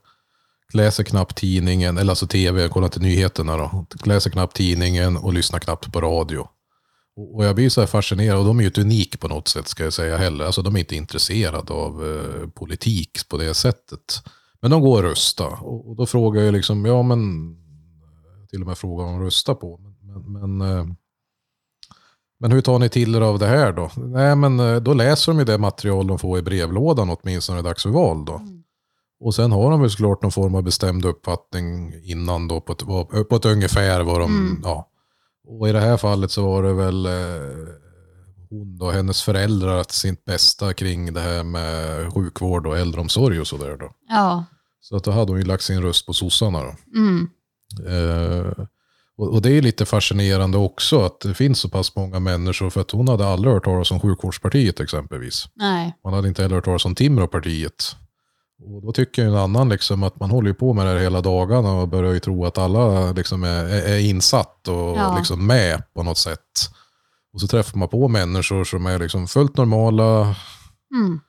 S3: läser knappt tidningen, eller alltså tv, kollar inte nyheterna då. Läser knappt tidningen och lyssnar knappt på radio. Och och jag blir så här fascinerad, och de är ju inte unik på något sätt ska jag säga heller. Alltså de är inte intresserade av eh, politik på det sättet. Men de går och röstar. Och, och då frågar jag liksom, ja men, till och med frågar vad de röstar på. Men, men, men, eh, men hur tar ni till er av det här då? Nej men eh, då läser de ju det material de får i brevlådan åtminstone dags för val då.
S2: Mm.
S3: Och sen har de väl såklart någon form av bestämd uppfattning innan då på ett, vad- på ett ungefär vad de,
S2: Mm.
S3: ja. Och i det här fallet så var det väl eh, hon och hennes föräldrar att sitt bästa kring det här med sjukvård och äldreomsorg och sådär då.
S2: ja.
S3: Så att då hade hon ju lagt sin röst på sossarna då.
S2: Mm.
S3: Eh, och, och det är lite fascinerande också att det finns så pass många människor för att hon hade aldrig hört talas om sjukvårdspartiet exempelvis.
S2: Nej.
S3: Man hade inte heller hört talas om Timråpartiet. Och då tycker ju en annan liksom att man håller ju på med det här hela dagarna och börjar ju tro att alla liksom är, är är insatt och
S2: Ja.
S3: liksom med på något sätt. Och så träffar man på människor som är liksom fullt normala,
S2: Mm.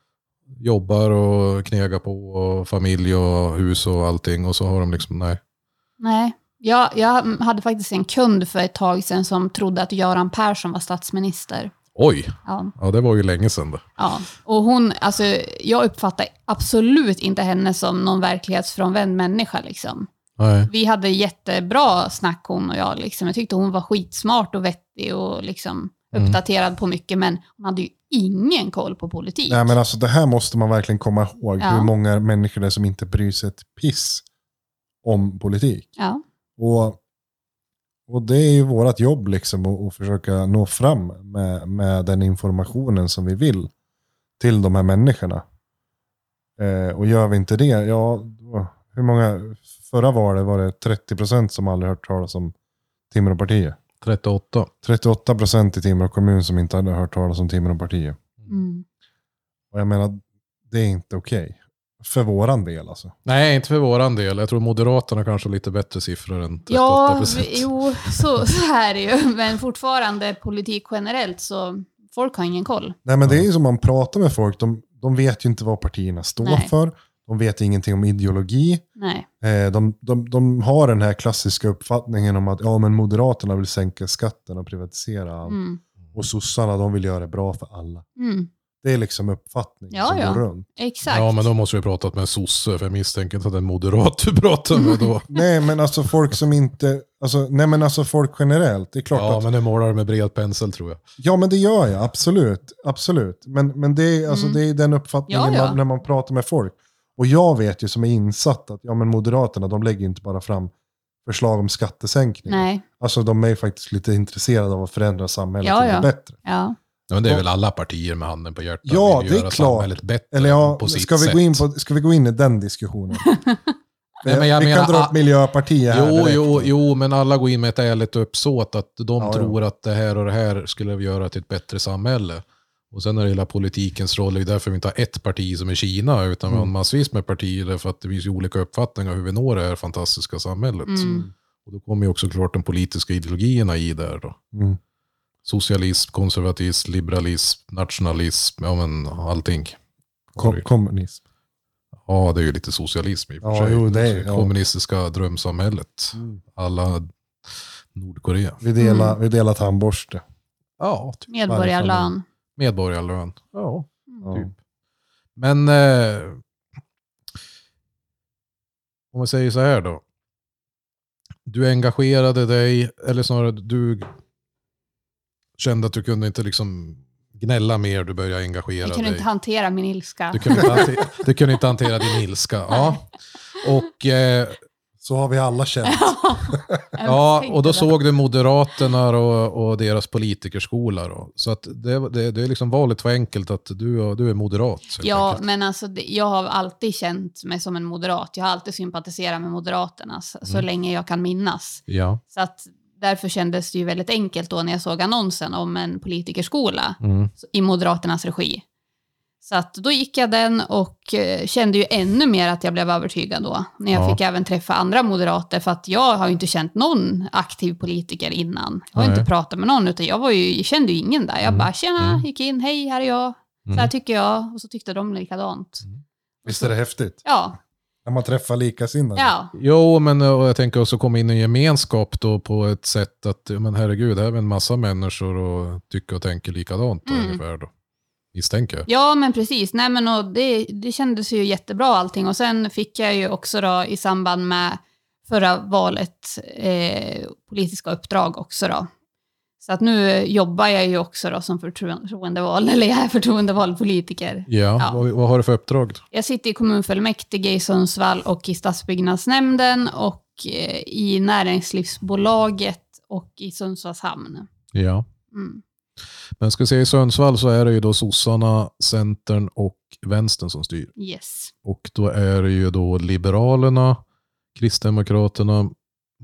S3: jobbar och knegar på och familj och hus och allting. Och så har de liksom, nej.
S2: Nej. Jag, jag hade faktiskt en kund för ett tag sedan som trodde att Göran Persson var statsminister.
S3: Oj,
S2: Ja.
S3: ja det var ju länge sedan det.
S2: Ja, och hon, alltså, jag uppfattar absolut inte henne som någon verklighetsfrånvänd människa. Liksom.
S3: Nej.
S2: Vi hade jättebra snack hon och jag. Liksom. Jag tyckte hon var skitsmart och vettig och liksom,
S3: Mm.
S2: uppdaterad på mycket, men hon hade ju ingen koll på politik.
S4: Nej men alltså det här måste man verkligen komma ihåg.
S2: Ja.
S4: Hur många människor det är som inte bryr sig ett piss om politik.
S2: Ja,
S4: Och, och det är ju vårt jobb liksom att, att försöka nå fram med, med den informationen som vi vill till de här människorna. Eh, och gör vi inte det, ja, då- hur många, förra valet var det 30% som aldrig hört talas om Timråpartiet.
S3: 38.
S4: 38% i Timrå kommun som inte hade hört talas om Timråpartiet.
S2: mm.
S4: Och jag menar, det är inte okej. För våran del alltså.
S3: Nej, inte för våran del. Jag tror Moderaterna kanske har lite bättre siffror än 38
S2: ja
S3: procent.
S2: vi, jo, så, <laughs> så här är det ju. Men fortfarande politik generellt, så folk har ingen koll.
S4: Nej men det är ju som man pratar med folk, de, de vet ju inte vad partierna står
S2: Nej.
S4: för. De vet ingenting om ideologi.
S2: Nej.
S4: Eh, De, de, de har den här klassiska uppfattningen om att ja, men Moderaterna vill sänka skatten och privatisera allt.
S2: Mm.
S4: Och sossarna de vill göra det bra för alla.
S2: Mm,
S4: Det är liksom uppfattningen
S2: Ja,
S4: som
S2: ja.
S4: går runt.
S2: exakt.
S3: Ja, men då måste vi ha pratat med en sosse, för jag misstänker inte att det är en moderat du pratar med då.
S4: Nej men alltså folk som inte, alltså, nej men alltså folk generellt. Det är <laughs> klart
S3: Ja,
S4: att,
S3: men nu målar du med bred pensel tror jag.
S4: ja men det gör jag, absolut. absolut. Men, men det, är, alltså,
S2: Mm.
S4: det är den uppfattningen
S2: Ja, ja.
S4: Man, när man pratar med folk. Och jag vet ju som är insatt att ja, men Moderaterna de lägger ju inte bara fram förslag om skattesänkningar.
S2: Nej,
S4: Alltså de är ju faktiskt lite intresserade av att förändra samhället
S2: Ja,
S4: till det
S2: ja.
S4: bättre.
S2: ja.
S3: Ja, men det är väl alla partier med handen på hjärtat.
S4: Ja,
S3: vill ju
S4: det är
S3: göra
S4: klart.
S3: samhället bättre
S4: Eller ja,
S3: på sitt
S4: ska vi,
S3: sätt.
S4: gå in på, ska vi gå in i
S2: <laughs>
S4: den diskussionen?
S3: Nej, men jag
S4: vi
S3: menar- ah,
S4: kan dra upp Miljöpartiet här
S3: Jo,
S4: direkt.
S3: jo, jo, men alla går in med ett ärligt uppsåt att de
S4: Ja, ja.
S3: tror att det här och det här skulle vi göra till ett bättre samhälle. Och sen är det hela politikens roll, det är därför vi inte har ett parti som är Kina, utan vi har
S4: Mm.
S3: massvis med partier, därför att det finns ju olika uppfattningar hur vi når det här fantastiska samhället.
S2: Mm.
S3: Och då kommer ju också klart de politiska ideologierna i där då.
S4: Mm.
S3: Socialism, konservatism, liberalism, nationalism, ja men allting.
S4: Kom, kommunism.
S3: Ja, det är ju lite socialism i och för
S4: Ja,
S3: sig. Alltså,
S4: jo, det är- ja.
S3: Kommunistiska drömsamhället. Alla Nordkorea.
S4: Vi, delar,
S2: Mm.
S4: vi delar tandborste.
S3: Ja, typ.
S2: Medborgarlön.
S3: medborgarlön. Ja,
S4: Ja.
S3: Typ. Men eh, om vi säger så här då. Du engagerade dig, eller snarare du kände att du kunde inte liksom gnälla mer, du började engagera
S2: Jag kunde
S3: dig.
S2: inte hantera min ilska.
S3: Du kunde inte, hantera, du kunde inte hantera
S2: <laughs>
S3: din ilska. Ja. Och, eh,
S4: Så har vi alla
S2: <laughs>
S4: känt.
S3: ja, och då såg du Moderaterna och, och deras politikerskola. Då. Så att det, det, det är liksom valet var enkelt att du, du är moderat. helt
S2: Ja,
S3: enkelt.
S2: men alltså, det- jag har alltid känt mig som en moderat. Jag har alltid sympatiserat med Moderaterna så, så
S3: Mm.
S2: länge jag kan minnas.
S3: ja.
S2: Så att därför kändes det ju väldigt enkelt då när jag såg annonsen om en politikerskola
S3: Mm.
S2: i Moderaternas regi. Så att då gick jag den och eh, kände ju ännu mer att jag blev övertygad då. När jag
S3: Ja.
S2: fick även träffa andra moderater, för att jag har ju inte känt någon aktiv politiker innan. Jag har
S3: Nej.
S2: inte pratat med någon, utan jag var ju, kände ju ingen där. Jag
S3: Mm.
S2: bara, tjena,
S3: Mm.
S2: gick in, hej, här är jag, så här
S3: Mm.
S2: tycker jag. Och så tyckte de likadant.
S4: Visst är det häftigt?
S2: Ja,
S4: När man träffar likasinnade.
S2: ja,
S3: Jo, men eh, och jag tänker också komma in i en gemenskap då på ett sätt att, eh, men herregud, här är en massa människor och tycker och tänker likadant då,
S2: Mm.
S3: ungefär då. Misstänker jag.
S2: ja men precis. Nej, men och det, det kändes ju jättebra allting. Och sen fick jag ju också då i samband med förra valet eh, politiska uppdrag också då. Så att nu eh, jobbar jag ju också då som förtro- förtroendevald, <laughs> eller jag är förtroendevald politiker.
S3: Ja,
S2: Ja.
S3: Vad, vad har du för uppdrag? Då?
S2: Jag sitter i kommunfullmäktige i Sundsvall och i stadsbyggnadsnämnden och eh, i näringslivsbolaget och i Sundsvalls hamn.
S3: Ja.
S2: Mm.
S3: Men ska vi se, i Sundsvall så är det ju då sossarna, centern och vänstern som styr.
S2: Yes.
S3: Och då är det ju då Liberalerna, Kristdemokraterna,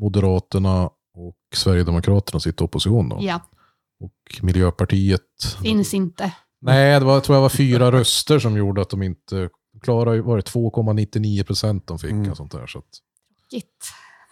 S3: Moderaterna och Sverigedemokraterna sitter i opposition. Då.
S2: Ja,
S3: Och Miljöpartiet.
S2: finns inte.
S3: Nej, det var, tror jag var fyra <laughs> röster som gjorde att de inte klarade, var det 2,99 procent de fick?
S4: Mm.
S3: Och sånt där, så att,
S2: Git.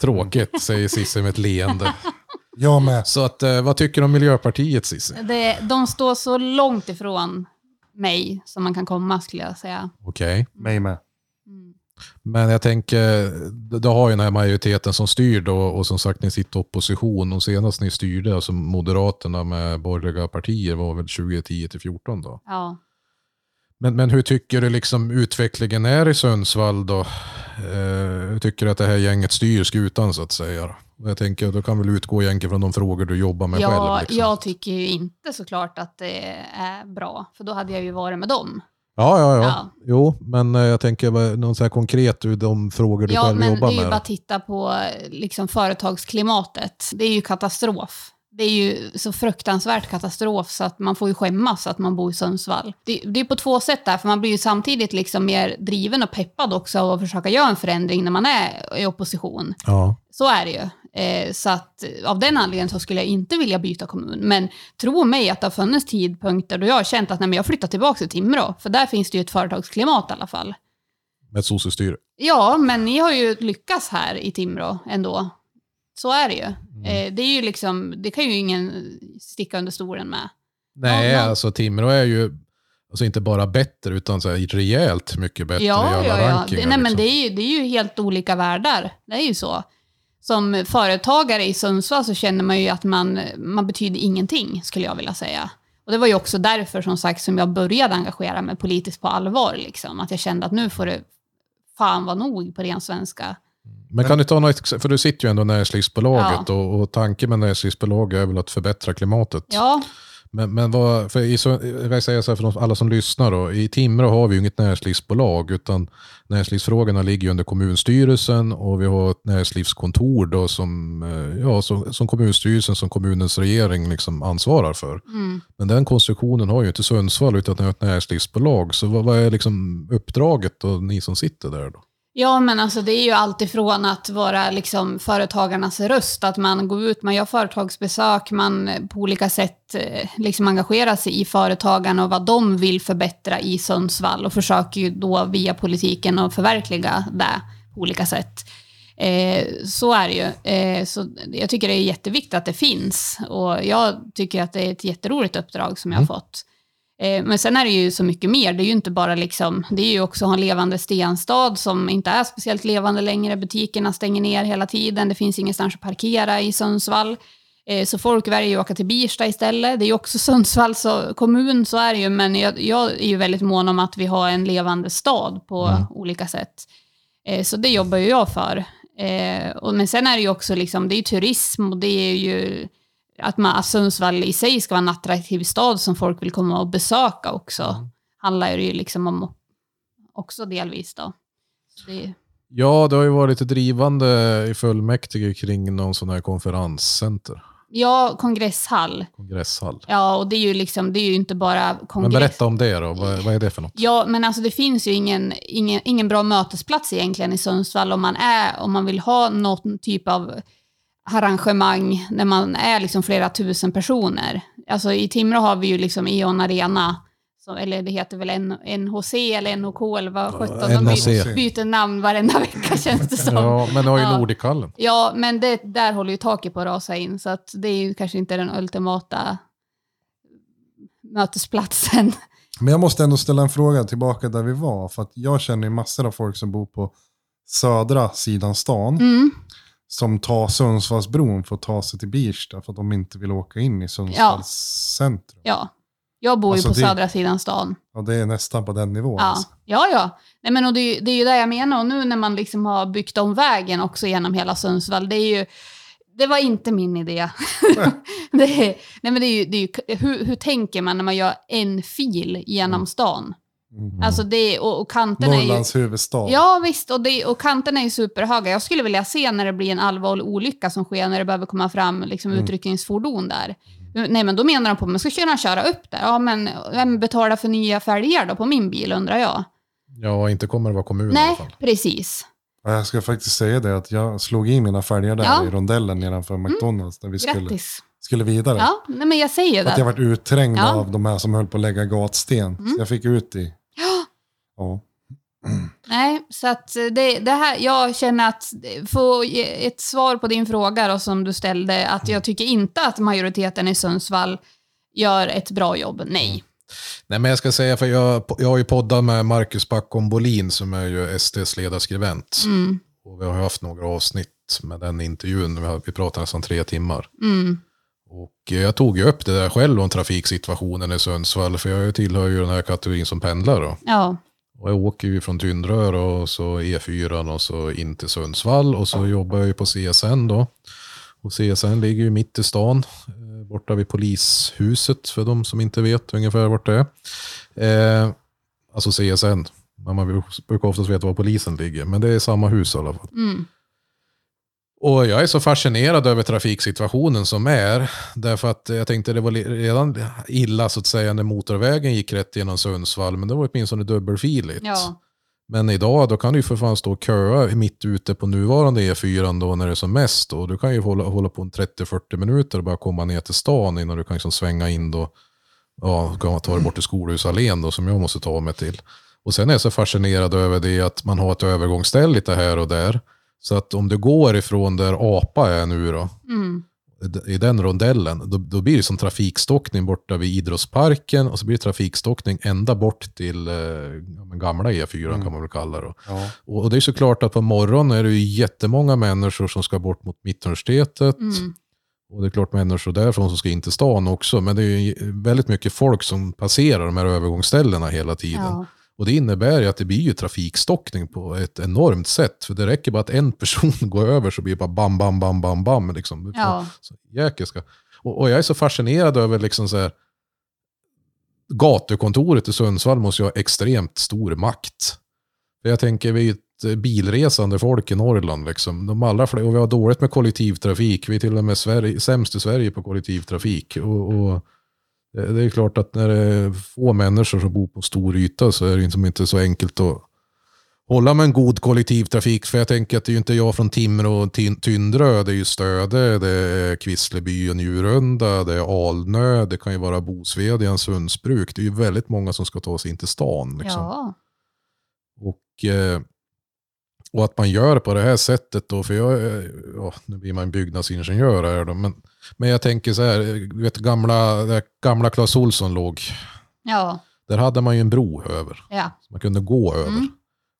S3: tråkigt, säger Cissi med ett leende. <laughs>
S4: Jag med.
S3: Så att, eh, vad tycker du om Miljöpartiet, Cissi?
S2: Det, de står så långt ifrån mig som man kan komma skulle jag säga.
S3: Okej.
S4: Mig med.
S2: Mm.
S3: Men jag tänker, d- du har ju den här majoriteten som styr då och som sagt ni sitter i opposition och senast ni styrde, alltså Moderaterna med borgerliga partier var väl 2010 till 14 då.
S2: Ja.
S3: Men, men hur tycker du liksom utvecklingen är i Sundsvall då? Eh, hur tycker du att det här gänget styr skutan så att säga? då? Och Jag tänker, då kan väl utgå egentligen från de frågor du jobbar med
S2: Jag,
S3: själv? Liksom.
S2: jag tycker ju inte såklart att det är bra, för då hade jag ju varit med dem.
S3: ja, ja, ja,
S2: Ja.
S3: Jo, men eh, jag tänker vad- någon så här konkret ur de frågor du
S2: Ja,
S3: själv
S2: men det
S3: jobbar
S2: är ju
S3: med.
S2: bara att titta på eh, liksom, företagsklimatet. Det är ju katastrof. Det är ju så fruktansvärt katastrof så att man får ju skämmas att man bor i Sundsvall. Det, det är på två sätt där, för man blir ju samtidigt liksom mer driven och peppad också av att försöka göra en förändring när man är i opposition.
S3: Ja.
S2: Så är det ju. Eh, så att eh, av den anledningen så skulle jag inte vilja byta kommun. Men tro mig att det har funnits tidpunkter då jag har känt att nej, men jag flyttar tillbaka till Timrå, för där finns det ju ett företagsklimat i alla fall.
S3: Med sossestyre.
S2: Ja, men ni har ju lyckats här i Timrå ändå. Så är det ju.
S3: Mm.
S2: Eh, det är ju liksom, det kan ju ingen sticka under stolen med.
S3: Nej,
S2: Ja, men-
S3: alltså Timrå är ju alltså, inte bara bättre utan så här, rejält mycket bättre i
S2: ja,
S3: alla
S2: ja.
S3: rankingar.
S2: Det, nej, men
S3: liksom.
S2: det är, ju, det är ju helt olika världar. Det är ju så. som företagare i Sundsvall så känner man ju att man, man betyder ingenting, skulle jag vilja säga. Och det var ju också därför som sagt som jag började engagera mig politiskt på allvar. Liksom. Att jag kände att nu får det fan vara nog på ren svenska.
S3: Men kan du ta något, ex- för du sitter ju ändå i näringslivsbolaget
S2: Ja.
S3: och, och tanken med näringslivsbolaget är väl att förbättra klimatet.
S2: Ja,
S3: Men, men vad, för i, så, jag kan säga så här för de- alla som lyssnar, då, i Timrå har vi ju inget näringslivsbolag, utan näringslivsfrågorna ligger ju under kommunstyrelsen och vi har ett näringslivskontor då som, eh, ja, som, som kommunstyrelsen, som kommunens regering liksom ansvarar för.
S2: mm.
S3: Men den konstruktionen har ju inte Sundsvall, utan det är ett näringslivsbolag. Så vad, vad är liksom uppdraget då, ni som sitter där då?
S2: Ja, men alltså det är ju alltifrån att vara liksom företagarnas röst, att man går ut, man gör företagsbesök, man på olika sätt eh, liksom engagerar sig i företagarna och vad de vill förbättra i Sundsvall och försöker ju då via politiken att förverkliga det på olika sätt. Eh, så är det ju. Eh, så jag tycker det är jätteviktigt att det finns och jag tycker att det är ett jätteroligt uppdrag som jag
S3: Mm.
S2: har fått. Eh, Men sen är det ju så mycket mer. Det är ju inte bara liksom, det är ju också att ha en levande stenstad som inte är speciellt levande längre. Butikerna stänger ner hela tiden. Det finns ingenstans att parkera i Sundsvall. Eh, Så folk väljer ju att åka till Birsta istället. Det är ju också <laughs> Sundsvalls så- kommun, så är det ju. Men jag, jag är ju väldigt mån om att vi har en levande stad på
S3: Mm.
S2: olika sätt. Eh, Så det jobbar ju jag för. Eh, Och, men sen är det ju också liksom, det är ju turism och det är ju att, man, att Sundsvall i sig ska vara en attraktiv stad som folk vill komma och besöka också. Handlar det ju liksom om också delvis då. Så det,
S3: Ja, det har ju varit lite drivande i fullmäktige kring någon sån här konferenscenter,
S2: ja, kongresshall.
S3: kongresshall.
S2: Ja, och det är ju liksom, det är ju inte bara
S3: Men
S2: kongress.
S3: berätta om det då, vad, vad är det för något?
S2: Ja, men alltså det finns ju ingen, ingen, ingen bra mötesplats egentligen i Sundsvall om man, är, om man vill ha någon typ av arrangemang när man är liksom flera tusen personer. Alltså i Timrå har vi ju liksom Eon Arena, som, eller det heter väl N- NHC eller NHK eller vad sjutton, de
S3: NHC.
S2: by- byter namn varenda vecka <laughs> känns det som. Ja.
S3: Ja, men det har ju
S2: Ja.
S3: Nordikallen.
S2: men det, där håller ju taket på att rasa in, så att det är ju kanske inte den ultimata mötesplatsen.
S4: Men jag måste ändå ställa en fråga tillbaka där vi var. För att jag känner ju massor av folk som bor på södra sidan stan.
S2: Mm.
S4: Som tar Sundsvallsbron för att ta sig till Birsta. För att de inte vill åka in i Sundsvalls centrum.
S2: Ja. Jag bor
S4: Alltså,
S2: ju på
S4: det-
S2: södra sidan stan.
S4: Ja, det är nästan på den nivån.
S2: Ja,
S4: Alltså.
S2: ja. ja. Nej, men och det, är ju- det är ju det jag menar. Och nu när man liksom har byggt om vägen också genom hela Sundsvall, det är ju... Det var inte min
S4: <laughs>
S2: idé. <laughs> det, är- nej, men det är ju, det är ju, hur, hur tänker man när man gör en fil genom stan?
S4: Mm.
S2: Alltså det, och, och kanterna är ju...
S4: Norrlands huvudstad.
S2: Ja, visst. Och, det, och kanterna är ju superhöga. Jag skulle vilja se när det blir en allvarlig olycka som sker, när det behöver komma fram liksom,
S4: Mm.
S2: utryckningsfordon där. Nej, men då menar de på man ska köra, köra upp där. Ja, men vem betalar för nya fälgar då på min bil, undrar jag.
S3: Ja, inte kommer det vara kommunen i alla
S2: Nej,
S3: fall.
S2: precis.
S4: Ja, Jag ska faktiskt säga det att jag slog i mina fälgar där
S2: Ja. Mm.
S4: i rondellen nedanför McDonalds när vi skulle,
S2: Grattis.
S4: skulle vidare.
S2: Ja, nej, men jag säger
S4: För att jag
S2: det.
S4: varit utträngd
S2: Ja. Mm.
S4: av de här som höll på att lägga gatsten. Så jag fick ut i...
S2: Ja.
S4: Ja.
S2: Nej, så att det, det här, jag känner att få ge ett svar på din fråga då, som du ställde, att jag tycker inte att majoriteten i Sundsvall gör ett bra jobb. Nej.
S3: Nej, men jag ska säga, för jag, jag har ju poddat med Marcus Backon Bolin som är ju SDs ledarskribent.
S2: Mm,
S3: Och vi har ju haft några avsnitt med den intervjun, vi, har, vi pratade nästan tre timmar.
S2: mm,
S3: Och eh, jag tog ju upp det där själv om trafiksituationen i Sundsvall, för jag tillhör ju den här kategorin som pendlar då.
S2: ja.
S3: Och jag åker ju från Tyndrör och så E4 och så in till Sundsvall och så jobbar jag ju på CSN då. Och CSN ligger ju mitt i stan, eh, borta vid polishuset för de som inte vet ungefär vart det är. Eh, alltså CSN, men man brukar oftast veta var polisen ligger, men det är samma hus i alla fall.
S2: Mm.
S3: Och jag är så fascinerad över trafiksituationen som är. Därför att jag tänkte det var li- redan illa så att säga när motorvägen gick rätt genom Sundsvall. Men det var åtminstone dubbelfiligt.
S2: Ja,
S3: Men idag då kan du ju för fan stå och köa mitt ute på nuvarande E4 då när det är som mest. Och du kan ju hålla, hålla på en 30-40 minuter och bara komma ner till stan innan du kan liksom svänga in då. Ja, kan man ta dig bort till Skolhusallén då som jag måste ta mig till. Och sen är jag så fascinerad över det att man har ett övergångsställe lite här och där. Så att om du går ifrån där apa är nu då,
S2: mm,
S3: i den rondellen, då, då blir det som trafikstockning borta vid idrottsparken och så blir det trafikstockning ända bort till eh, ja, men gamla E4
S4: Mm.
S3: kan man väl kalla det.
S4: Ja.
S3: Och, och det är såklart att på morgonen är det ju jättemånga människor som ska bort mot Mittuniversitetet.
S2: Mm.
S3: Och det är klart människor därifrån som ska in till stan också. Men det är ju väldigt mycket folk som passerar de här övergångsställena hela tiden.
S2: Ja.
S3: Och det innebär ju att det blir ju trafikstockning på ett enormt sätt. För det räcker bara att en person <laughs> går över så blir det bara bam, bam, bam, bam, bam. Liksom.
S2: Ja.
S3: Så jäkel ska. Och, och jag är så fascinerad över liksom så här, gatukontoret i Sundsvall måste ju ha extremt stor makt. För Jag tänker vi är ju ett eh, bilresande folk i Norrland. Liksom. De allra fler, och vi har dåligt med kollektivtrafik. Vi är till och med Sverige, sämst i Sverige på kollektivtrafik. Och, och det det är klart att när det är få människor som bor på stor yta så är det liksom inte så enkelt att hålla med en god kollektivtrafik. För jag tänker att det är ju inte jag från Timrå och Tin- Tyndrö. Det är ju Stöde, det är Kvissleby och Njurunda, det är Alnö, det kan ju vara Bosvedjan, Sundsbruk. Det är ju väldigt många som ska ta sig in till stan. Liksom.
S2: ja.
S3: Och, eh, och att man gör på det här sättet då, för jag, eh, ja, nu blir man byggnadsingenjör här då, men, men jag tänker så här, eh, du vet gamla, där gamla Clas Olsson låg,
S2: Ja.
S3: där hade man ju en bro över,
S2: Ja.
S3: som man kunde gå över.
S2: Mm.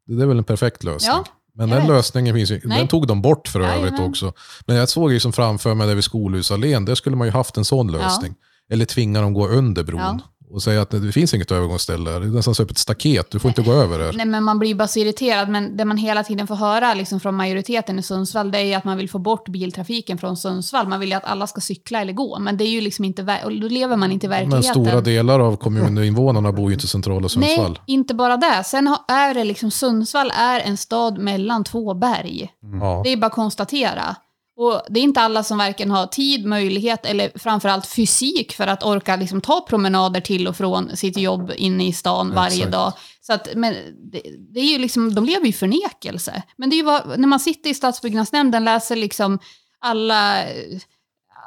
S3: Det, det är väl en perfekt lösning.
S2: Ja,
S3: men
S2: jag
S3: den
S2: vet.
S3: lösningen finns ju,
S2: Nej.
S3: den tog de bort för
S2: Jajamän.
S3: övrigt också. Men jag såg ju som framför mig där vid Skolhusallén, där skulle man ju haft en sån lösning. Eller tvinga dem gå under bron.
S2: Ja.
S3: Och säga att det finns inget övergångsställe här. Det är nästan som ett staket, du får inte gå över här.
S2: Nej, men man blir bara så irriterad. Men det man hela tiden får höra liksom, från majoriteten i Sundsvall, det är ju att man vill få bort biltrafiken från Sundsvall. Man vill ju att alla ska cykla eller gå, men det är ju liksom inte... ver- Och då lever man inte i verkligheten.
S3: Men stora delar av kommuninvånarna bor ju inte i centrala Sundsvall.
S2: Nej, inte bara det. Sen har- är det liksom, Sundsvall är en stad mellan två berg.
S3: Ja.
S2: Det är bara att konstatera. Och det är inte alla som varken har tid, möjlighet eller framförallt fysik för att orka liksom ta promenader till och från sitt jobb inne i stan varje
S4: Exakt.
S2: dag. Så att, men det, det är ju liksom, de lever ju i förnekelse. Men det är ju vad, när man sitter i stadsbyggnadsnämnden läser liksom alla, eh,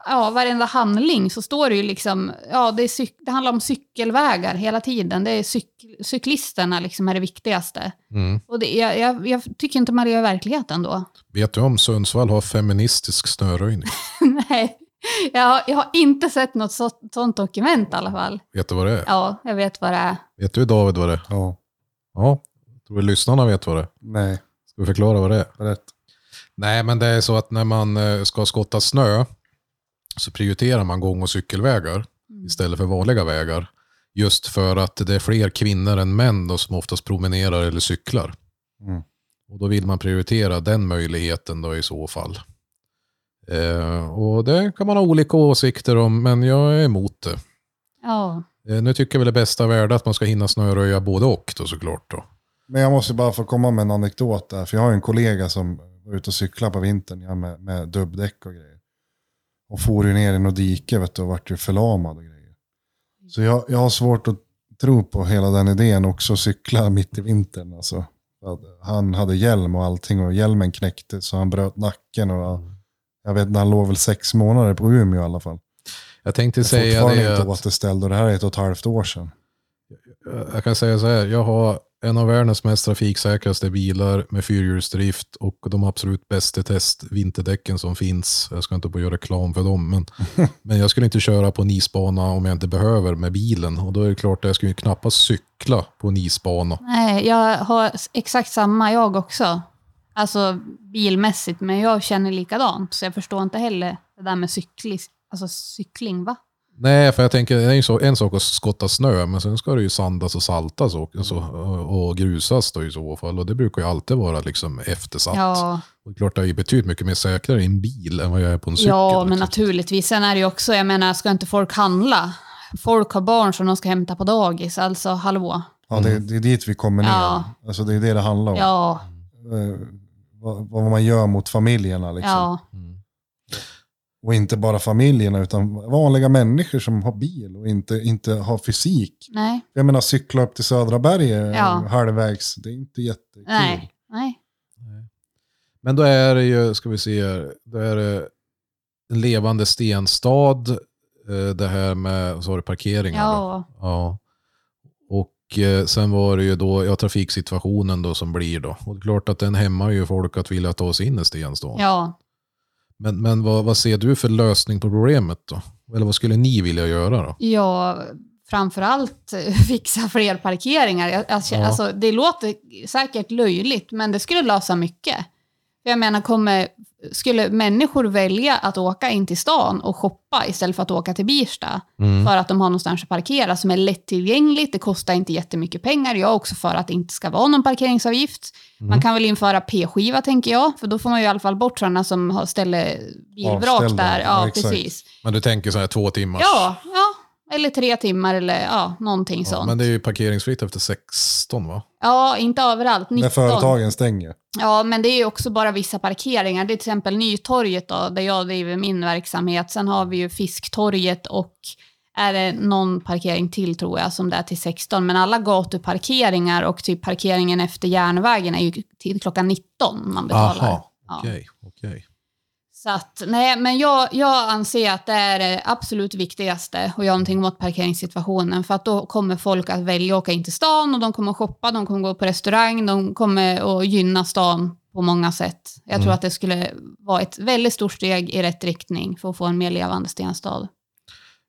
S2: ja varenda handling så står det ju liksom, ja det, är cyk, det handlar om cykelvägar hela tiden. Det är cyk, cyklisterna liksom är det viktigaste.
S3: Mm.
S2: Och det, jag, jag, jag tycker inte man lever i verkligheten då.
S3: Vet du om Sundsvall har feministisk snöröjning?
S2: <laughs> Nej, jag har, jag har inte sett något så, sånt dokument i alla fall.
S3: Vet du vad det är?
S2: Ja, jag vet vad det är.
S3: Vet du David vad det är?
S4: ja.
S3: Ja. Tror du lyssnarna vet vad det är?
S4: Nej,
S3: Ska vi förklara vad det är?
S4: rätt.
S3: Nej, men det är så att när man eh, ska skotta snö så prioriterar man gång och cykelvägar
S2: Mm.
S3: istället för vanliga vägar. Just för att det är fler kvinnor än män då, som oftast promenerar eller cyklar.
S4: Mm.
S3: Och då vill man prioritera den möjligheten då i så fall. Eh, och det kan man ha olika åsikter om, men jag är emot det.
S2: Ja,
S3: Eh, nu tycker jag väl det bästa av värde att man ska hinna snöröja både och då såklart. Då.
S4: Men jag måste bara få komma med en anekdot där. För jag har ju en kollega som var ute och cyklade på vintern ja, med, med dubbdäck och grejer. Och for ju ner i något dike vet du, och vart ju förlamad och grejer. Så jag, jag har svårt att tro på hela den idén också, att cykla mitt i vintern. Alltså. Att Han hade hjälm och allting och hjälmen knäckte så han bröt nacken. Och, jag vet inte, han låg väl sex månader på Umeå i alla fall.
S3: Jag tänkte
S4: Jag är
S3: säga
S4: fortfarande
S3: det
S4: inte
S3: att,
S4: återställd och det här är ett och ett halvt år sedan.
S3: jag kan säga så här, jag har en av världens mest trafiksäkraste bilar med fyrhjulsdrift och de absolut bästa test vinterdäcken som finns. Jag ska inte på göra reklam för dem, men, men jag skulle inte köra på en isbana om jag inte behöver med bilen. Och då är det klart att jag skulle ju knappast cykla på en isbana.
S2: nej, jag har s- exakt samma jag också. Alltså bilmässigt, men jag känner likadant. Så jag förstår inte heller det där med cyklis, alltså cykling, va?
S3: Nej, för jag tänker, det är ju så, en sak att skotta snö, men sen ska det ju sandas och saltas och, så, och, och grusas då i så fall. Och det brukar ju alltid vara liksom eftersatt.
S2: Ja,
S3: Och det är klart, det är ju betydligt mycket mer säkrare i en bil än vad jag är på en cykel.
S2: ja men
S3: liksom.
S2: naturligtvis. Sen är det ju också, jag menar, ska inte folk handla? Folk har barn som de ska hämta på dagis, alltså hallå.
S4: Ja, det, det är dit vi kommer ner.
S2: Ja.
S4: Alltså, det är det det handlar om.
S2: Ja,
S4: eh, vad, vad man gör mot familjerna. Liksom.
S2: ja,
S3: Mm.
S4: Och inte bara familjerna utan vanliga människor som har bil och inte, inte har fysik.
S2: nej,
S4: Jag menar cykla upp till Södra berget
S2: Ja.
S4: halvvägs, det är inte jättekul.
S2: nej, nej.
S3: Men då är det ju, ska vi se här, då är det en levande stenstad, eh, det här med vad sa du, parkeringar. då?
S2: Ja,
S3: ja. Och eh, sen var det ju då, ja trafiksituationen då som blir då. Och det är klart att den hämmar ju folk att vilja ta sig in i stenstaden.
S2: ja.
S3: Men, men vad, vad ser du för lösning på problemet då? Eller vad skulle ni vilja göra då?
S2: Ja, framförallt eh, <laughs> fixa fler parkeringar. Jag, jag, känner-
S3: Ja.
S2: alltså, det låter säkert löjligt, men det skulle lösa mycket. För Jag menar, kommer, skulle människor välja att åka in till stan och shoppa istället för att åka till Birsta
S4: Mm.
S2: för att de har någonstans att parkera som är lättillgängligt, det kostar inte jättemycket pengar. Jag är också för att det inte ska vara någon parkeringsavgift.
S3: Mm.
S2: Man kan väl införa p-skiva, tänker jag, för då får man ju i alla fall bort sådana som har- ställer bilvrak
S4: Avställda,
S2: där.
S4: ja,
S2: Ja,
S4: exakt.
S2: precis.
S3: Men du tänker så här två timmar?
S2: Ja, ja, eller tre timmar eller ja, någonting
S3: Ja,
S2: sånt.
S3: men det är ju parkeringsfritt efter 16 va?
S2: Ja, inte överallt. 19.
S4: När företagen stänger.
S2: Ja, men det är ju också bara vissa parkeringar. Det är till exempel Nytorget då, där jag driver min verksamhet. Sen har vi ju Fisktorget och är det någon parkering till tror jag som det är till 16. Men alla gatuparkeringar och typ parkeringen efter järnvägen är ju till klockan 19 man betalar.
S3: Aha,
S2: Ja.
S3: okej. okej.
S2: Så att, nej, men jag, jag anser att det är det absolut viktigaste att göra någonting mot parkeringssituationen. För att då kommer folk att välja att åka in till stan och de kommer att shoppa, de kommer att gå på restaurang, de kommer att gynna stan på många sätt. Jag
S3: Mm.
S2: tror att det skulle vara ett väldigt stort steg i rätt riktning för att få en mer levande stenstad.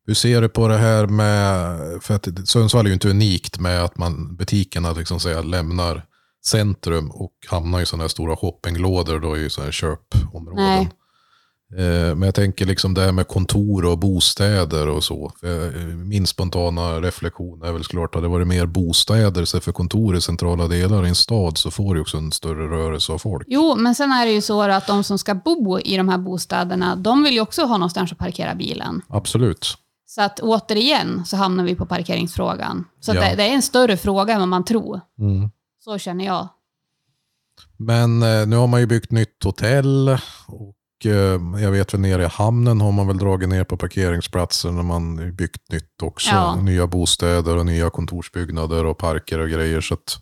S3: Hur ser du på det här med, för att Sundsvall är ju inte unikt med att man, butikerna liksom säga, lämnar centrum och hamnar i sådana här stora shoppinglådor då i sådana här köpområden. Eh, Men jag tänker liksom det här med kontor och bostäder och så. För, eh, Min spontana reflektion är väl klart att det varit mer bostäder istället för kontor i centrala delar i en stad så får du också en större rörelse av folk.
S2: Jo, men sen är det ju så att de som ska bo i de här bostäderna, de vill ju också ha någonstans att parkera bilen.
S3: Absolut.
S2: Så att återigen så hamnar vi på parkeringsfrågan. Så
S3: Ja.
S2: att det, det är en större fråga än vad man tror.
S3: Mm.
S2: Så känner jag.
S3: Men eh, nu har man ju byggt nytt hotell och eh, jag vet väl nere i hamnen har man väl dragit ner på parkeringsplatser när man byggt nytt också.
S2: Ja.
S3: Nya bostäder och nya kontorsbyggnader och parker och grejer. Så att,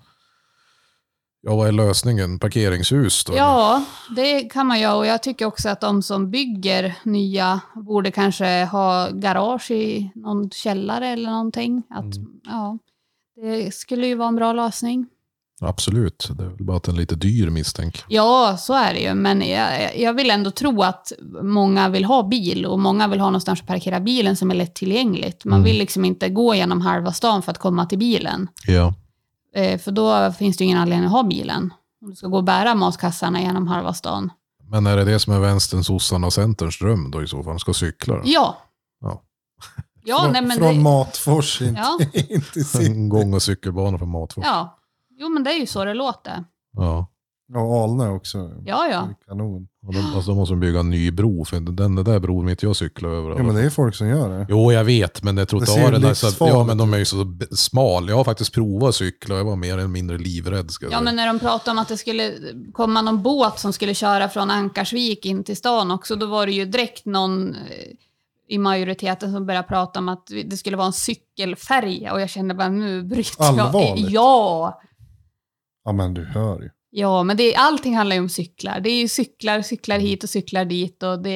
S3: ja, vad är lösningen? Parkeringshus då?
S2: Ja, det kan man göra. Och jag tycker också att de som bygger nya borde kanske ha garage i någon källare eller någonting. Att, ja, det skulle ju vara en bra lösning.
S3: Absolut, det är väl bara att den är lite dyr misstänker
S2: Ja, så är det ju. Men jag, jag vill ändå tro att många vill ha bil och många vill ha någonstans att parkera bilen som är lättillgängligt. Man
S3: Mm.
S2: vill liksom inte gå genom halva stan för att komma till bilen.
S3: Ja.
S2: Eh, för då finns det ju ingen anledning att ha bilen. Om du ska gå och bära matkassarna genom halva stan.
S3: Men är det det som är vänstern, sossarna och centerns dröm då i så fall? De ska cykla? då?
S2: Ja.
S3: Ja.
S2: Ja,
S4: från
S2: nej men
S4: från
S2: det,
S4: Matfors in,
S2: Ja.
S4: in
S2: <laughs>
S4: till Sitt
S3: <laughs> En gång och cykelbana för matfolk.
S2: ja. Jo, men det är ju så det låter.
S3: Ja.
S4: och Alne också.
S2: Ja, ja.
S4: Kanon.
S3: Och de, alltså, de måste bygga en ny bro, för den den där bron vill inte jag cykla över.
S4: Ja, men det är folk som gör det.
S3: Jo, jag vet, men jag tror
S4: Det
S3: inte
S4: ser
S3: har
S4: ju
S3: den där. Så att,
S4: livsfarligt
S3: ja, men de är ju så b- smal. Jag har faktiskt provat att cykla och jag var mer eller mindre livrädd. Ska jag
S2: Ja,
S3: säga.
S2: men när de pratade om att det skulle komma någon båt som skulle köra från Ankarsvik in till stan också, då var det ju direkt någon eh, i majoriteten som började prata om att vi- det skulle vara en cykelfärja och jag kände bara nu bryter jag.
S4: Allvarligt?
S2: Ja,
S4: Ja, men du hör ju.
S2: ja, men det, allting handlar ju om cyklar. Det är ju cyklar, cyklar hit och cyklar dit och det,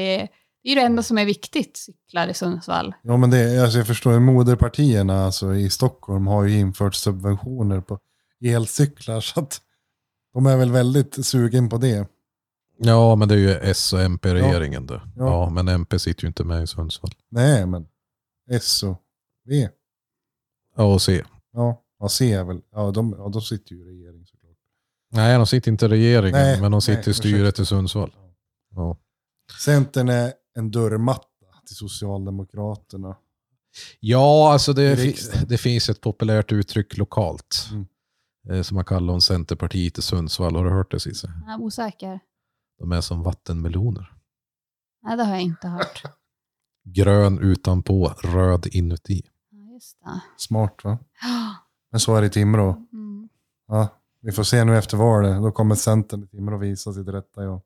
S2: det är ju det enda som är viktigt, cyklar i Sundsvall.
S4: Ja, men det, alltså jag förstår ju moderpartierna alltså, i Stockholm har ju infört subventioner på elcyklar. <laughs> Så att de är väl väldigt sugen på det.
S3: ja, men det är ju S och MP-regeringen. Ja. Ja.
S4: Ja.
S3: men MP sitter ju inte med i Sundsvall.
S4: Nej, men S och V.
S3: Ja, och C.
S4: Ja, ja C är väl. Ja, de, ja, de sitter ju i regeringen såklart.
S3: Nej, de sitter inte i regeringen,
S4: Nej,
S3: men de sitter
S4: nej,
S3: i styret
S4: ursäkta.
S3: i Sundsvall.
S4: Ja.
S3: Ja.
S4: Centern är en dörrmatta till Socialdemokraterna.
S3: Ja, alltså det,
S4: I
S3: fi-
S4: riksdagen.
S3: det finns ett populärt uttryck lokalt
S4: Mm.
S3: eh, som man kallar om Centerpartiet i Sundsvall. Har du hört det Cissi?
S2: Jag är osäker.
S3: De är som vattenmeloner.
S2: Nej, det har jag inte hört.
S3: Grön utanpå, röd inuti.
S2: Ja, just det. <gasps>
S4: Smart va?
S2: Ja.
S4: Men så är det i Timrå.
S2: Mm.
S4: Ja, vi får se nu efter valet. Då kommer Centern i Timrå visa sitt rätta jag.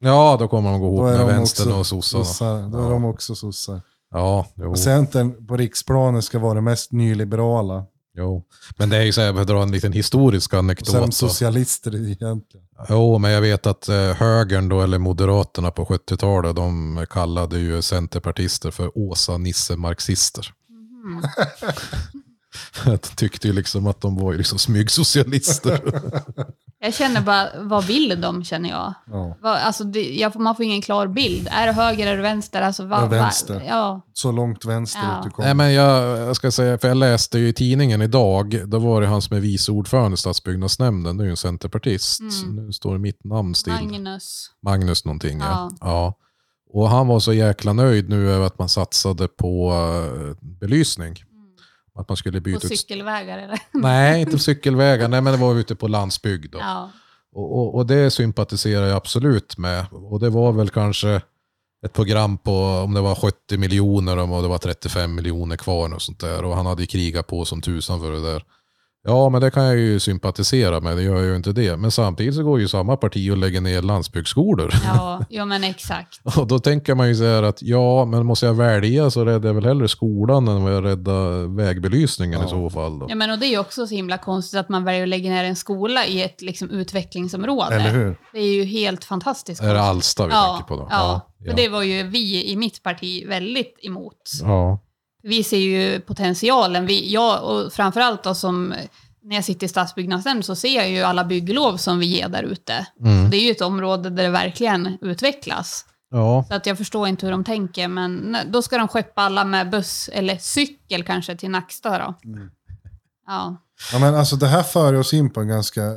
S3: Ja, då kommer de gå ihop
S4: Då är
S3: med
S4: de
S3: vänstern
S4: också
S3: och sossarna.
S4: Sossar, då är
S3: Ja.
S4: de också sossar.
S3: Ja, jo,
S4: Och Centern på riksplanen ska vara det mest nyliberala.
S3: jo. Men det är ju så här, jag behöver dra en liten historisk
S4: Och sen
S3: anekdot. Så.
S4: socialister egentligen.
S3: Jo, men jag vet att eh, högern då, eller moderaterna på 70-talet, de kallade ju centerpartister för Åsa-Nisse-marxister.
S4: Mm-hmm.
S3: <laughs>
S2: Mhm.
S4: <laughs>
S3: De tyckte ju liksom att de var ju liksom smygsocialister.
S2: Jag känner bara, vad vill de känner jag?
S4: Ja.
S2: Vad, alltså, det, jag får- man får ingen klar bild. Är det höger eller vänster? Alltså, va,
S4: Ja,
S2: va-
S4: vänster.
S2: ja.
S4: Så långt vänsterut
S2: Ja.
S4: du kommer.
S3: Nej, men jag, jag ska säga, för jag läste ju i tidningen idag, då var det han som är vice ordförande i stadsbyggnadsnämnden, det är ju en centerpartist.
S2: Mm.
S3: Nu står mitt namn still.
S2: Magnus.
S3: Magnus någonting. Ja.
S2: Ja.
S3: Ja. Och han var så jäkla nöjd nu över att man satsade på eh, belysning. Att man skulle byta
S2: Mm. På
S3: ut...
S2: cykelvägar eller?
S3: Nej, inte cykelvägar. Nej, men det var ute på landsbygd. Då.
S2: Ja.
S3: Och, och, och det sympatiserar jag absolut med. Och det var väl kanske ett program på om det var 70 miljoner om det var 35 miljoner kvar och sånt där. Och han hade ju krigat på som tusan för det där. Ja, men det kan jag ju sympatisera med. Det gör jag ju inte det. Men samtidigt så går ju samma parti och lägger ner landsbygdsskolor.
S2: Ja, ja, men exakt.
S3: <laughs> Och då tänker man ju så här att ja, men måste jag välja så räddar jag väl hellre skolan än vad jag räddar vägbelysningen i
S4: Ja.
S3: så fall. Då.
S2: Ja, men, och det är ju också så himla konstigt att man väljer att lägga ner en skola i ett liksom, utvecklingsområde.
S4: Eller hur?
S2: Det är ju helt fantastiskt.
S3: Är det Alsta vi
S2: ja,
S3: tänker på då?
S2: Ja,
S3: Ja,
S2: för det var ju vi i mitt parti väldigt emot.
S3: ja.
S2: Vi ser ju potentialen. Vi, jag, och framförallt då som, när jag sitter i stadsbyggnadsnämnden så ser jag ju alla bygglov som vi ger där ute.
S3: Mm.
S2: Det är ju ett område där det verkligen utvecklas.
S3: ja.
S2: Så att jag förstår inte hur de tänker, men nej, då ska de skeppa alla med buss eller cykel kanske till Nacksta då.
S3: Mm.
S2: Ja.
S4: Ja, men alltså, det här för oss in på en ganska eh,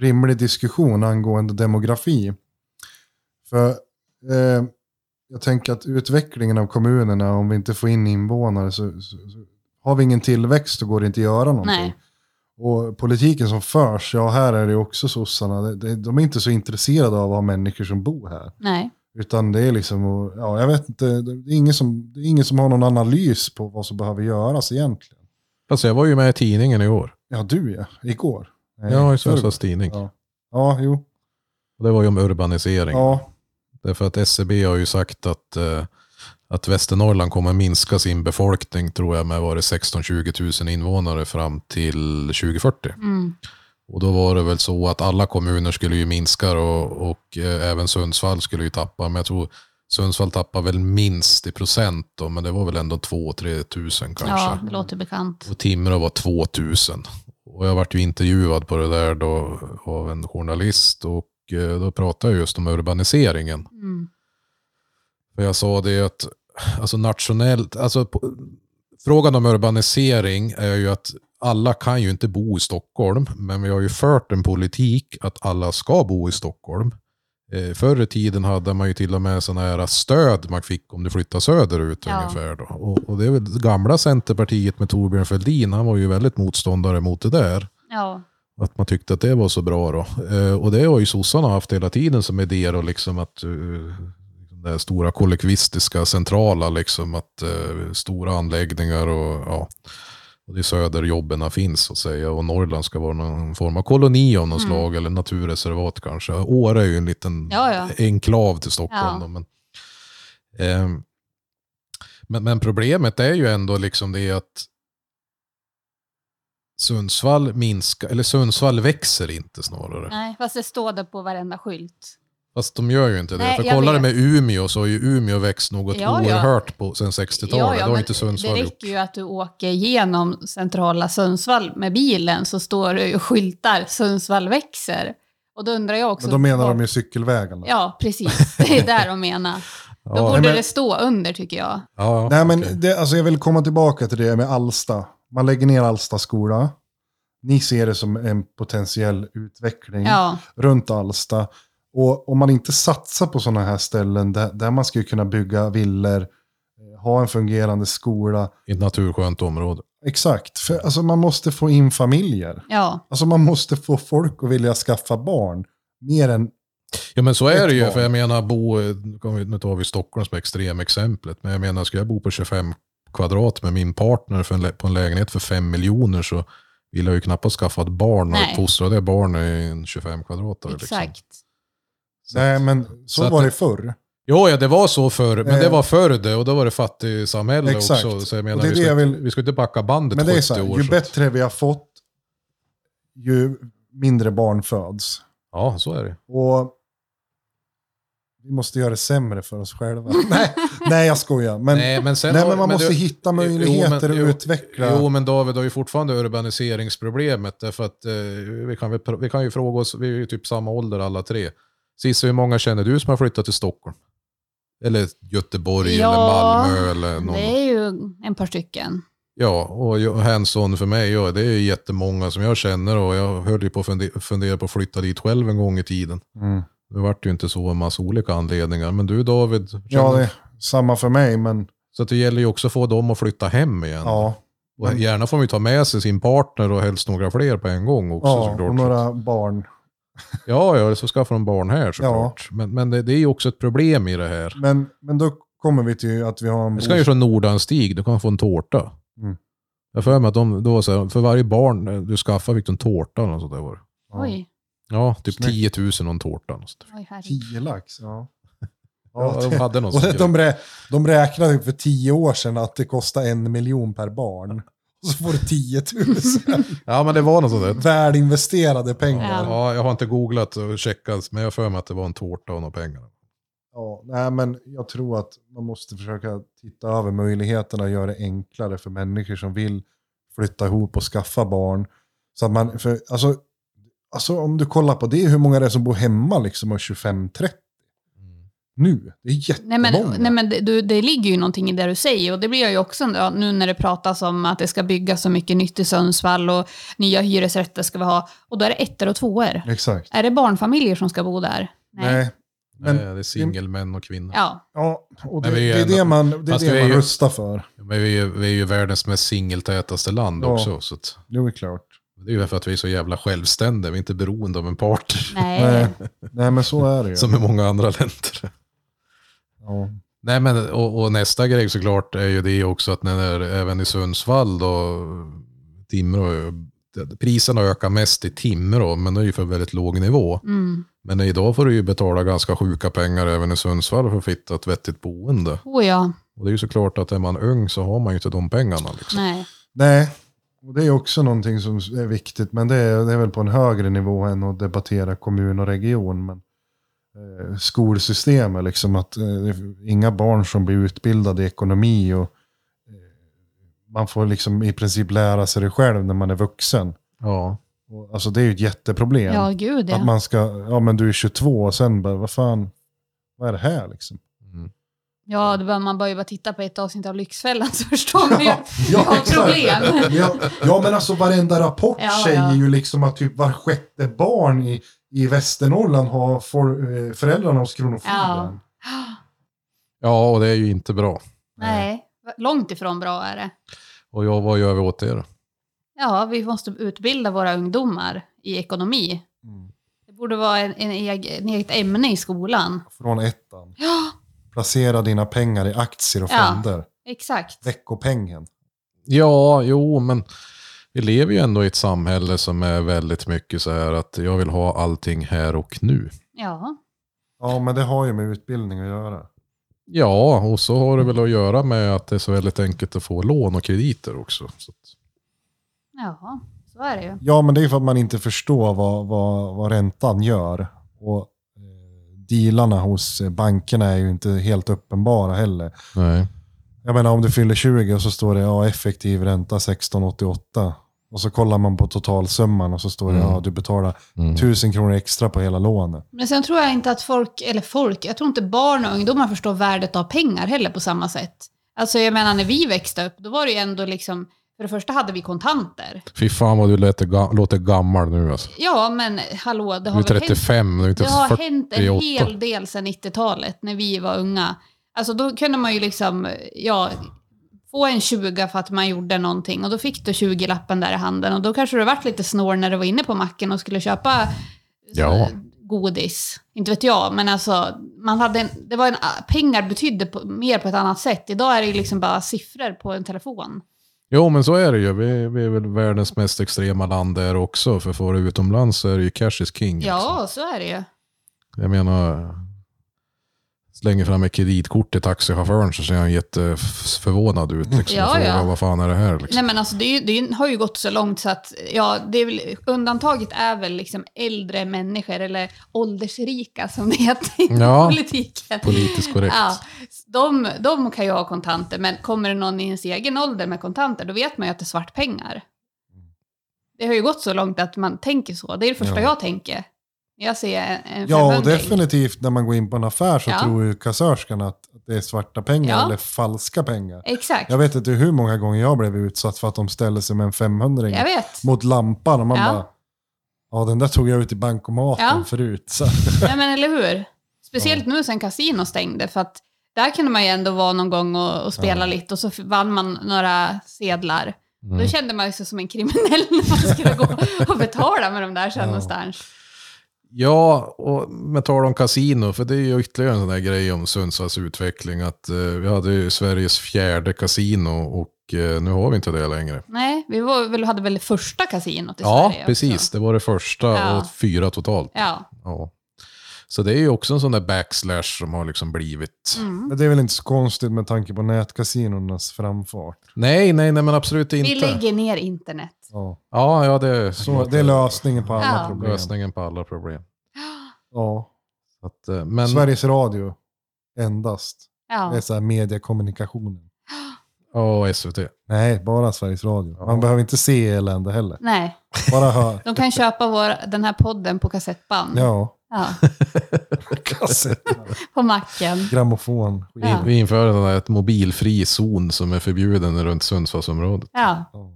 S4: rimlig diskussion angående demografi. För eh, jag tänker att utvecklingen av kommunerna, om vi inte får in invånare så, så, så har vi ingen tillväxt och går det inte att göra någonting.
S2: Nej.
S4: Och politiken som förs, ja här är det ju också sossarna, det- det- de är inte så intresserade av att ha människor som bor här.
S2: Nej.
S4: Utan det är liksom, och- ja, jag vet inte, det är, ingen som, det är ingen som har någon analys på vad som behöver göras egentligen.
S3: Alltså jag var ju med i tidningen i år.
S4: Ja, du ja, igår. Nej,
S3: ja, i
S4: förrgår.
S3: Sundsvalls tidning.
S4: Ja. Ja, jo.
S3: Och Det var ju om urbanisering.
S4: Ja,
S3: Därför att SCB har ju sagt att, eh, att Västernorrland kommer minska sin befolkning tror jag med var det 16-20 000 invånare fram till 2040.
S2: Mm.
S3: Och då var det väl så att alla kommuner skulle ju minska och, och eh, även Sundsvall skulle ju tappa. Men jag tror Sundsvall tappar väl minst i procent då, men det var väl ändå 2-3 tusen kanske.
S2: Ja, det låter bekant.
S3: Och Timrå var 2000. Och jag vart ju intervjuad på det där då av en journalist och eh, då pratade jag just om urbaniseringen.
S2: Mm.
S3: För jag sa det att, alltså nationellt, alltså på, frågan om urbanisering är ju att alla kan ju inte bo i Stockholm, men vi har ju fört en politik att alla ska bo i Stockholm. Eh, förr i tiden hade man ju till och med sådana här stöd man fick om du flyttade söderut
S2: Ja.
S3: ungefär. Då. Och, och det är väl det gamla Centerpartiet med Torbjörn Fälldin, han var ju väldigt motståndare mot det där.
S2: Ja.
S3: Att man tyckte att det var så bra då. Eh, och det har ju sossarna haft hela tiden som idéer och liksom att eh, det här stora kollektivistiska centrala liksom att eh, stora anläggningar och ja. Och det är söder jobben finns så att säga och Norrland ska vara någon form av koloni av något
S2: Mm.
S3: slag eller naturreservat kanske. Åre är ju en liten
S2: Ja, ja.
S3: enklav till
S2: Ja.
S3: Stockholm. Då, men, ehm, men, men problemet är ju ändå liksom det att Sundsvall minskar, eller Sundsvall växer inte snarare.
S2: Nej, fast det står det på varenda skylt.
S3: Fast de gör ju inte det.
S2: Nej,
S3: För
S2: jag
S3: kolla det
S2: vet.
S3: med Umeå så har ju Umeå växt något
S2: Ja, ja.
S3: oerhört på, sen 60-talet. det har
S2: men
S3: inte Sundsvall
S2: det
S3: gjort.
S2: räcker ju att du åker igenom centrala Sundsvall med bilen så står det ju skyltar Sundsvall växer. Och då undrar jag också...
S4: men då menar de ju cykelvägarna.
S2: Ja, precis. <laughs> Det är där de
S3: <laughs>
S2: menar. Då
S3: Ja,
S2: borde
S4: nej, men-
S2: det stå under tycker jag.
S3: Ja,
S4: Nej, men
S3: okej.
S4: det, alltså jag vill komma tillbaka till det med Alsta. Man lägger ner Alsta skola. Ni ser det som en potentiell utveckling
S3: Mm.
S2: Ja,
S4: runt Alsta. Och om man inte satsar på sådana här ställen där, där man skulle kunna bygga villor, eh, ha en fungerande skola.
S3: I ett naturskönt område.
S4: Exakt, för alltså man måste få in familjer.
S2: ja.
S4: Alltså man måste få folk att vilja skaffa barn. Mer än,
S3: Ja men så är
S4: Ett
S3: det ju,
S4: val.
S3: för jag menar bo, nu kommer vi- nu tar vi Stockholm som extremexemplet, men jag menar ska jag bo på 25 kvadrat med min partner för en, lä- på en lägenhet för 5 miljoner så vill jag ju knappast skaffa ett barn och
S2: Nej.
S3: uppfostra det barnet i en 25 kvadratare. Liksom.
S2: Exakt.
S3: Så
S4: nej
S3: att-
S4: men så,
S3: så att
S4: var
S3: det-
S4: det förr.
S3: Jo, ja, det var så förr, men det
S4: Eh.
S3: var förr det och då var det fattigsamhälle
S4: Exakt.
S3: också. Så jag menar,
S4: Och det är
S3: vi,
S4: det
S3: ska,
S4: jag vill-
S3: inte- vi ska inte backa bandet
S4: Men det
S3: 70
S4: är så här,
S3: år.
S4: ju
S3: så att-
S4: bättre vi har fått, ju mindre barn föds.
S3: Ja, så är det.
S4: Och Vi måste göra det sämre för oss
S3: <laughs>
S4: själva. nej, nej, jag skojar. Men, nej,
S3: Nej, men, sen
S4: men
S3: har-
S4: man måste
S3: du-
S4: hitta möjligheter
S3: jo,
S4: att utveckla.
S3: Jo, men David har ju fortfarande urbaniseringsproblemet. Därför att, eh, vi, kan, väl pr- vi kan ju fråga oss, vi är ju typ samma ålder alla tre. Cissi, hur många känner du som har flyttat till Stockholm? Eller Göteborg
S2: Ja,
S3: eller Malmö eller någon.
S2: Det är ju en par stycken.
S3: Ja, och jag- hands-on för mig, ja, det är jättemånga som jag känner och jag höll ju på att funde- fundera på att flytta dit själv en gång i tiden.
S4: Mm.
S3: Det vart ju inte så av massa olika anledningar. Men du David,
S4: Ja,
S3: känner-
S4: det är samma för mig, men
S3: så att det gäller ju också att få dem att flytta hem igen.
S4: ja.
S3: Och gärna får man ju ta med sig sin partner och helst några fler på en gång också
S4: ja
S3: såklart.
S4: och några barn.
S3: Ja, ja, så skaffar de barn här såklart. Men, men det, det är ju också ett problem i det här.
S4: Men, men då kommer vi till att vi har en
S3: Jag ska ju från Nordanstig, du kan få en tårta.
S4: Mm.
S3: Jag har för mig att de, då var så här, för varje barn eh, du skaffar fick du en tårta eller något sånt där var det.
S4: Ja.
S2: Oj,
S3: Ja, typ
S4: Snyggt.
S3: 10 000 och en tårta. eller något sånt där.
S2: oj herregud.
S4: Tio lax, <laughs> ja.
S3: Ja,
S4: det-
S3: de hade
S4: <laughs>
S3: någon
S4: Och
S3: sån
S4: det,
S3: grej.
S4: de, rä, de räknade för tio år sedan att det kostade en miljon per <laughs> barn. Och så får du 10 <laughs> 000.
S3: Ja, men det var
S4: Alltså,
S3: något sånt där.
S4: Väl investerade pengar.
S2: Ja.
S4: Ja.
S3: Ja, jag har inte googlat och checkat, men jag har för mig att det var en tårta och några pengar.
S4: nej, men jag tror att man måste försöka titta över möjligheterna och göra det enklare för människor som vill flytta ihop och skaffa barn. Så att man, för, alltså, alltså, om du kollar på det, hur många det är som bor hemma liksom och 25-30
S3: Mm.
S4: nu? Det är
S2: Nej
S4: jättemånga.
S2: men, nej, men det, du, det ligger ju någonting i det du säger och det blir jag ju också ja, nu när det pratas om att det ska byggas så mycket nytt i Sundsvall och nya hyresrätter ska vi ha. Och då är det ettor och tvåor.
S4: Exakt.
S2: Är det barnfamiljer som ska bo där?
S4: nej. Men-
S3: Nej, det är singelmän och kvinnor.
S2: Ja,
S4: Ja, och det,
S3: Men vi är
S4: det är
S3: ändå-
S4: det man, det är
S3: fast
S4: det
S3: vi är
S4: man
S3: ju-
S4: rustar för.
S3: Men vi är, ju- vi är ju världens mest singeltätaste land
S4: Ja.
S3: också. Så att,
S4: Det är klart.
S3: det är ju för att vi är så jävla självständiga. Vi är inte beroende av en partner
S2: nej.
S4: Nej. Nej, men så är det
S3: <laughs>
S4: ju.
S3: som i många andra länder.
S4: Ja.
S3: Nej, men, och, och nästa grej såklart är ju det också att när, även i Sundsvall då, Timrå, priserna ökar mest i Timrå, men det är ju för väldigt låg nivå.
S2: Mm.
S3: Men idag får du ju betala ganska sjuka pengar även i Sundsvall för att hitta ett vettigt boende.
S2: Oh ja,
S3: Och det är ju såklart att är man ung så har man ju inte de pengarna. Liksom.
S2: nej.
S4: Nej, och det är också någonting som är viktigt, men det är, det är väl på en högre nivå än att debattera kommun och region. Men eh, skolsystemet, liksom att eh, det är inga barn som blir utbildade i ekonomi och eh, man får liksom i princip lära sig det själv när man är vuxen.
S3: Ja.
S4: Och, alltså det är ju ett jätteproblem.
S2: Ja, gud
S4: Att
S2: ja.
S4: man ska, ja men du är 22 och sen bara, vad fan, vad är det här liksom?
S3: Mm.
S2: Ja, det bör, man bör ju bara titta på ett avsnitt av Lyxfällan <laughs> så förstår man ju
S4: Ja,
S2: att vi har problem.
S4: Ja, ja men alltså varenda rapport
S2: Ja,
S4: säger
S2: ja.
S4: ju liksom att typ var sjätte barn i, i Västernorrland har for, eh, föräldrarna hos Kronofogden.
S2: Ja.
S3: ja, och det är ju inte bra.
S2: <gasps> Nej, långt ifrån bra är det.
S3: Och ja, vad gör vi åt det då?
S2: Ja, vi måste utbilda våra ungdomar i ekonomi.
S4: Mm.
S2: Det borde vara en, en, eg- en eget ämne i skolan. <gasps>
S4: Från ettan.
S2: Ja,
S4: Placera dina pengar i aktier och
S2: Ja.
S4: fonder.
S2: exakt.
S4: Veckopengen.
S3: Ja, jo, men vi lever ju ändå i ett samhälle som är väldigt mycket så här att jag vill ha allting här och nu.
S2: Ja,
S4: Ja men det har ju med utbildning att göra.
S3: Ja, och så har det väl att göra med att det är så väldigt enkelt att få lån och krediter också. Så att,
S2: ja, så är det ju.
S4: Ja men det är för att man inte förstår vad, vad, vad räntan gör. Och eh, dealarna hos eh, bankerna är ju inte helt uppenbara heller.
S3: nej.
S4: Jag menar om du fyller 20 och så står det ja, effektiv ränta 1688. Och så kollar man på totalsumman och så står det
S3: Mm.
S4: ja, du betalar
S3: Mm.
S4: 1000 kronor extra på hela lånet.
S2: Men sen tror jag inte att folk, eller folk, jag tror inte barn och ungdomar förstår värdet av pengar heller på samma sätt. Alltså jag menar när vi växte upp, då var det ju ändå liksom, för det första hade vi kontanter.
S3: Fy fan vad du låter, ga- låter gammal nu alltså.
S2: Ja, men hallå, det
S3: Du
S2: har
S3: är
S2: väl hänt
S3: 35, du är inte
S2: Det har
S3: ens 40.
S2: hänt en
S3: 48.
S2: hel del sedan 90-talet när vi var unga. Alltså då kunde man ju liksom, ja, få en 20 för att man gjorde någonting och då fick du 20-lappen där i handen och då kanske du varit lite snår när du var inne på macken och skulle köpa
S3: Ja.
S2: godis. Inte vet jag, men alltså man hade en, det var en, pengar betydde på, mer på ett annat sätt. Idag är det ju liksom bara siffror på en telefon.
S3: Jo, men så är det ju. Vi, vi är väl världens mest extrema land där också. För får du utomlands så är det ju cash is king. liksom.
S2: Ja, så är det ju.
S3: Jag menar, slänger fram ett kreditkort till taxichauffören så ser han jätteförvånad ut.
S2: Mm.
S3: Liksom,
S2: Ja,
S3: och frågar,
S2: ja.
S3: Vad fan är det här? Liksom.
S2: Nej men alltså det, är ju- det är- har ju gått så långt så att ja, det är väl, undantaget är väl liksom äldre människor eller åldersrika som det heter i <laughs>
S3: Ja.
S2: politiken.
S3: Politiskt korrekt.
S2: Ja, de, de kan ju ha kontanter, men kommer det någon i ens egen ålder med kontanter, då vet man ju att det är svartpengar. Det har ju gått så långt att man tänker så. Det är det första
S4: Mm. Ja.
S2: jag tänker. Jag ser en- en
S4: Ja, och
S2: femhundring.
S4: definitivt när man går in på en affär så
S2: Ja.
S4: tror ju kassörskan att att det är svarta pengar
S2: Ja.
S4: eller falska pengar.
S2: Exakt.
S4: Jag vet inte hur många gånger jag blev utsatt för att de ställde sig med en 500
S2: Jag vet.
S4: mot lampan och man
S2: Ja.
S4: bara, ja den där tog jag ut i bankomaten
S2: Ja.
S4: förut. Så. <laughs>
S2: Ja, men eller hur? Speciellt nu sen kasino stängde, för att där kunde man ju ändå vara någon gång och, och spela
S4: Ja.
S2: lite och så f- vann man några sedlar.
S3: Mm.
S2: Då kände man ju sig som en kriminell när man skulle gå och betala med de där sen
S4: Ja.
S2: någonstans.
S3: Ja, och med tal om kasino, för det är ju ytterligare en sån där grej om Sundsvalls utveckling. Att eh, vi hade ju Sveriges fjärde kasino och eh, nu har vi inte det längre.
S2: Nej, vi var, väl, hade väl första kasinot i
S3: Ja,
S2: Sverige också.
S3: precis. Det var det första
S2: Ja.
S3: och fyra totalt.
S2: Ja.
S3: Ja. Så det är ju också en sån där backslash som har liksom blivit.
S2: Mm.
S4: Men det är väl inte så konstigt med tanke på nätkasinornas framfart.
S3: Nej, nej, nej, men absolut inte.
S2: Vi lägger ner internet.
S4: Ja.
S3: Ja, ja, det,
S4: Så det är lösningen på alla
S2: Ja.
S4: problem.
S3: lösningen på alla problem.
S4: Ja.
S3: Så Att, eh, men,
S4: Sveriges Radio endast. Det är
S2: Ja.
S4: så här mediekommunikationen.
S3: Ja, SVT.
S4: Nej, bara Sveriges Radio.
S3: Ja.
S4: Man behöver inte se elände heller.
S2: Nej, <laughs>
S4: Bara höra.
S2: de kan köpa vår, den här podden på kassettband.
S4: Ja,
S2: Ja,
S4: kassett,
S2: på macken.
S4: grammofon.
S3: Vi,
S2: Ja.
S3: vi inför en där ett mobilfri zon som är förbjuden runt Sundsvallsområdet.
S2: Ja, <laughs>
S4: Ja.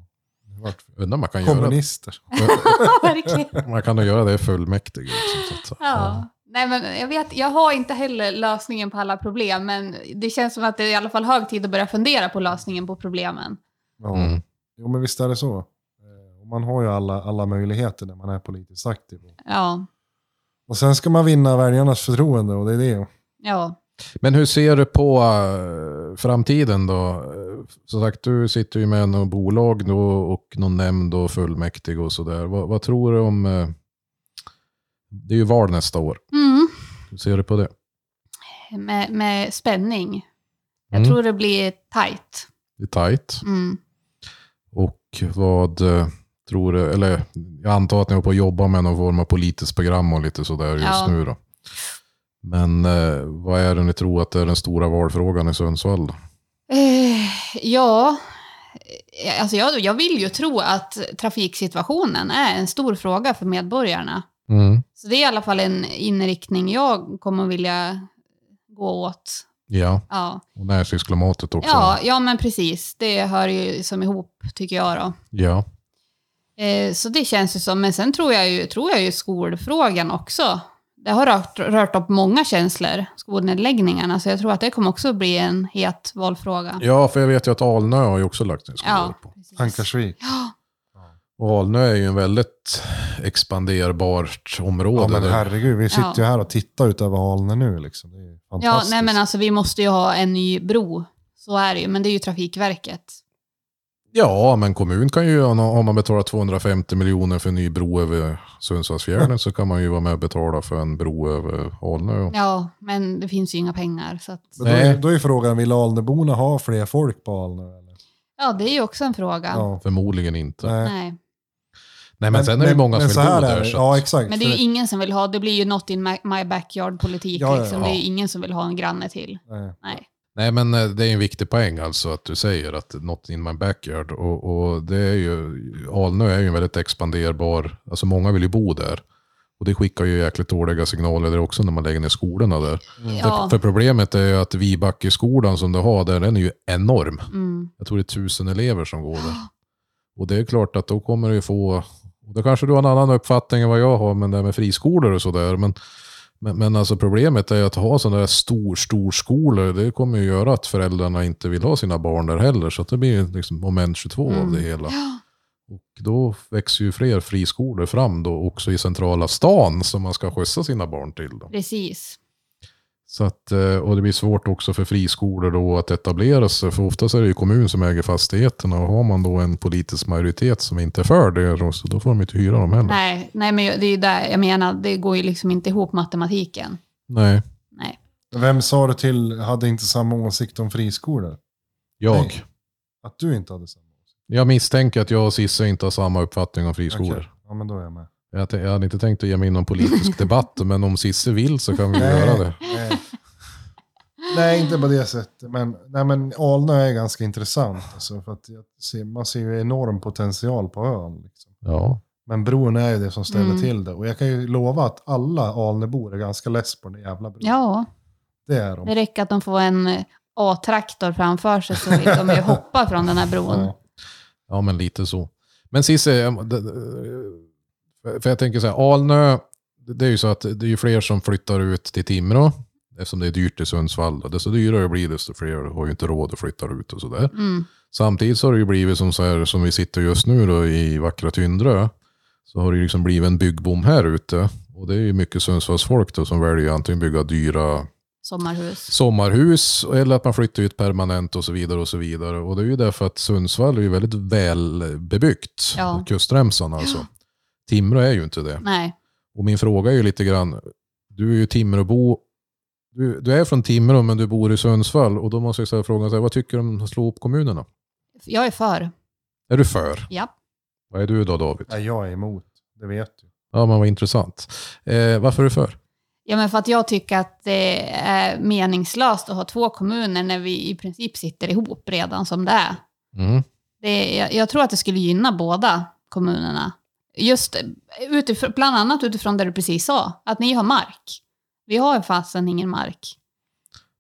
S4: Det vart
S3: Undrar om man kan göra det.
S4: Kommunister.
S2: verkligen.
S3: <laughs> Man kan nog göra det i fullmäktige. Liksom, så att,
S2: Ja. Nej, men jag, vet, jag har inte heller lösningen på alla problem, men det känns som att det är i alla fall hög tid att börja fundera på lösningen på problemen.
S4: Ja.
S3: Mm.
S4: Jo, men visst är det så. Eh, och Man har ju alla, alla möjligheter när man är politiskt aktiv.
S2: Ja,
S4: Och sen ska man vinna väljarnas förtroende och det är det.
S2: ja.
S3: Men hur ser du på eh, framtiden då? Eh, Som sagt, du sitter ju med något bolag då och någon nämnd och fullmäktige och sådär. Vad, vad tror du om... eh, Det är ju val nästa år.
S2: Mm.
S3: Hur ser du på det?
S2: Med, med spänning. Jag
S3: Mm.
S2: tror det blir tajt.
S3: Det är tajt.
S2: Mm.
S3: Och vad eh, tror du, eller jag antar att ni håller på att jobba med någon form av politiskt program och lite sådär just
S2: Ja.
S3: nu då. Men eh, vad är det ni tror att är den stora valfrågan i Sundsvall? då?
S2: Eh, ja, Eh, alltså jag, jag vill ju tro att trafiksituationen är en stor fråga för medborgarna.
S4: Mm.
S2: Så det är i alla fall en inriktning jag kommer vilja gå åt.
S3: Ja,
S2: Ja.
S3: och näringslivsklimatet också.
S2: Ja, ja, men precis. Det hör ju som ihop, tycker jag. Då.
S3: ja.
S2: Eh, så det känns ju som, men sen tror jag ju, tror jag ju skolfrågan också. Det har rört, rört upp många känslor, skolnedläggningarna, så jag tror att det kommer också bli en het valfråga.
S3: Ja, för jag vet ju att Alnö har ju också lagt sin skola på.
S2: precis.
S4: Ankarsvik.
S2: Ja,
S3: Och Alnö är ju en väldigt expanderbart område.
S4: Ja, men
S3: där-
S4: herregud, vi sitter
S2: Ja.
S4: ju här och tittar ut över Alnö nu. Liksom. Det är ju
S2: ja
S4: fantastiskt.
S2: nej men alltså vi måste ju ha en ny bro. Så är det ju, men det är ju Trafikverket.
S3: Ja, men kommun kan ju, om man betalar 250 miljoner för en ny bro över Sundsvallsfjärden så kan man ju vara med och betala för en bro över Alnö.
S2: Ja, men det finns ju inga pengar. Så att,
S4: Men då, är,
S3: Nej.
S4: då är frågan, vill Alnöborna ha fler folk på Alnö? Eller?
S2: ja, det är ju också en fråga.
S4: Ja.
S3: Förmodligen inte. Nej,
S4: Nej.
S2: Nej.
S3: men, sen är det många som
S4: men
S3: vill
S4: så
S3: bo
S4: här är
S3: där.
S4: det.
S3: Så
S4: Ja,
S3: att-
S4: exakt.
S2: Men det är ju
S4: För-
S2: ingen som vill ha, det blir ju not in my, my backyard-politik.
S4: Ja, ja,
S2: liksom.
S3: ja.
S2: Det är ju ingen som vill ha en granne till.
S4: Nej.
S2: Nej.
S3: Nej, men eh, det är en viktig poäng alltså att du säger att not in my backyard. Och, och det är ju, Alnö är ju en väldigt expanderbar, alltså många vill ju bo där. Och det skickar ju jäkligt dåliga signaler där också när man lägger ner skolorna där.
S4: Mm,
S2: Ja.
S3: För, för problemet är ju att Vibackeskolan som du har där, den är ju enorm.
S2: Mm.
S3: Jag tror det är tusen elever som går där. Och det är klart att då kommer du ju få, och då kanske du har en annan uppfattning än vad jag har, men det här med friskolor och sådär. Men, men, men alltså problemet är ju att ha sådana där stor, stor skolor, det kommer ju göra att föräldrarna inte vill ha sina barn där heller. Så att det blir ju liksom moment 22 av
S2: Mm.
S3: det hela.
S2: Ja.
S3: Och då växer ju fler friskolor fram då också i centrala stan som man ska skjutsa sina barn till. Då.
S2: Precis.
S3: Så att, eh, och det blir svårt också för friskolor då att etablera sig, för oftast är det ju kommun som äger fastigheterna och har man då en politisk majoritet som inte är för det, då- så då får de inte hyra dem heller.
S2: Nej, nej, men det är ju där jag menar, det går ju liksom inte ihop matematiken.
S3: Nej.
S2: Nej.
S4: eh, Vem sa du till hade inte samma åsikt om friskolor?
S3: Jag.
S4: Nej. Att du inte hade samma åsikt?
S3: Jag misstänker att jag och Sisse inte har samma uppfattning om friskolor.
S4: Okej. Ja, men då är jag med.
S3: Jag, t- jag hade inte tänkt att ge mig in i någon
S4: <laughs>
S3: politisk debatt, men om Sisse vill så kan vi väl göra det.
S4: Nej. nej, inte på det sättet. Men, nej, men Alnö är ganska intressant. Alltså, för att jag ser, man ser ju enorm potential på ön. Liksom.
S3: Ja.
S4: Men bron är ju det som ställer
S2: Mm.
S4: till det. Och jag kan ju lova att alla Alnöbor är ganska less på den jävla bron.
S2: Ja,
S4: Det är de.
S2: det räcker att de får en eh, A-traktor framför sig så vill de
S4: <laughs>
S2: ju hoppa från den här bron.
S4: Ja.
S3: ja, men lite så. Men Cissi, jag- d- d- för jag tänker så här, Alnö, det är ju så att det är ju fler som flyttar ut till Timrå, eftersom det är dyrt i Sundsvall. då. Desto dyrare det blir, desto fler har ju inte råd att flytta ut och sådär.
S2: Mm.
S3: Samtidigt så har det ju blivit som så här som vi sitter just nu då i vackra Tyndrö. Så har det ju liksom blivit en byggboom här ute. Och det är ju mycket Sundsvallsfolk då som väljer antingen bygga dyra
S2: Sommarhus.
S3: sommarhus eller att man flyttar ut permanent och så vidare och så vidare. Och det är ju därför att Sundsvall är ju väldigt välbebyggt.
S2: Ja.
S3: Kustremsan alltså. Timrå är ju inte det.
S2: Nej.
S3: Och min fråga är ju lite grann, du är ju Timråbo, du, du är från Timrå men du bor i Sundsvall och då måste jag ställa frågan, så här, vad tycker du om att slå ihop kommunerna?
S2: Jag är för.
S3: Är du för?
S2: Ja.
S3: Vad är du då David?
S4: Nej, jag är emot. Det vet du.
S3: Ja, men vad intressant. Eh, varför är du för?
S2: Ja, men för att jag tycker att det är meningslöst att ha två kommuner när vi i princip sitter ihop redan som det är.
S3: Mm.
S2: Det, jag, jag tror att det skulle gynna båda kommunerna. Just eh, utifrån, bland annat utifrån det du precis sa, att ni har mark. Vi har ju fasen ingen mark.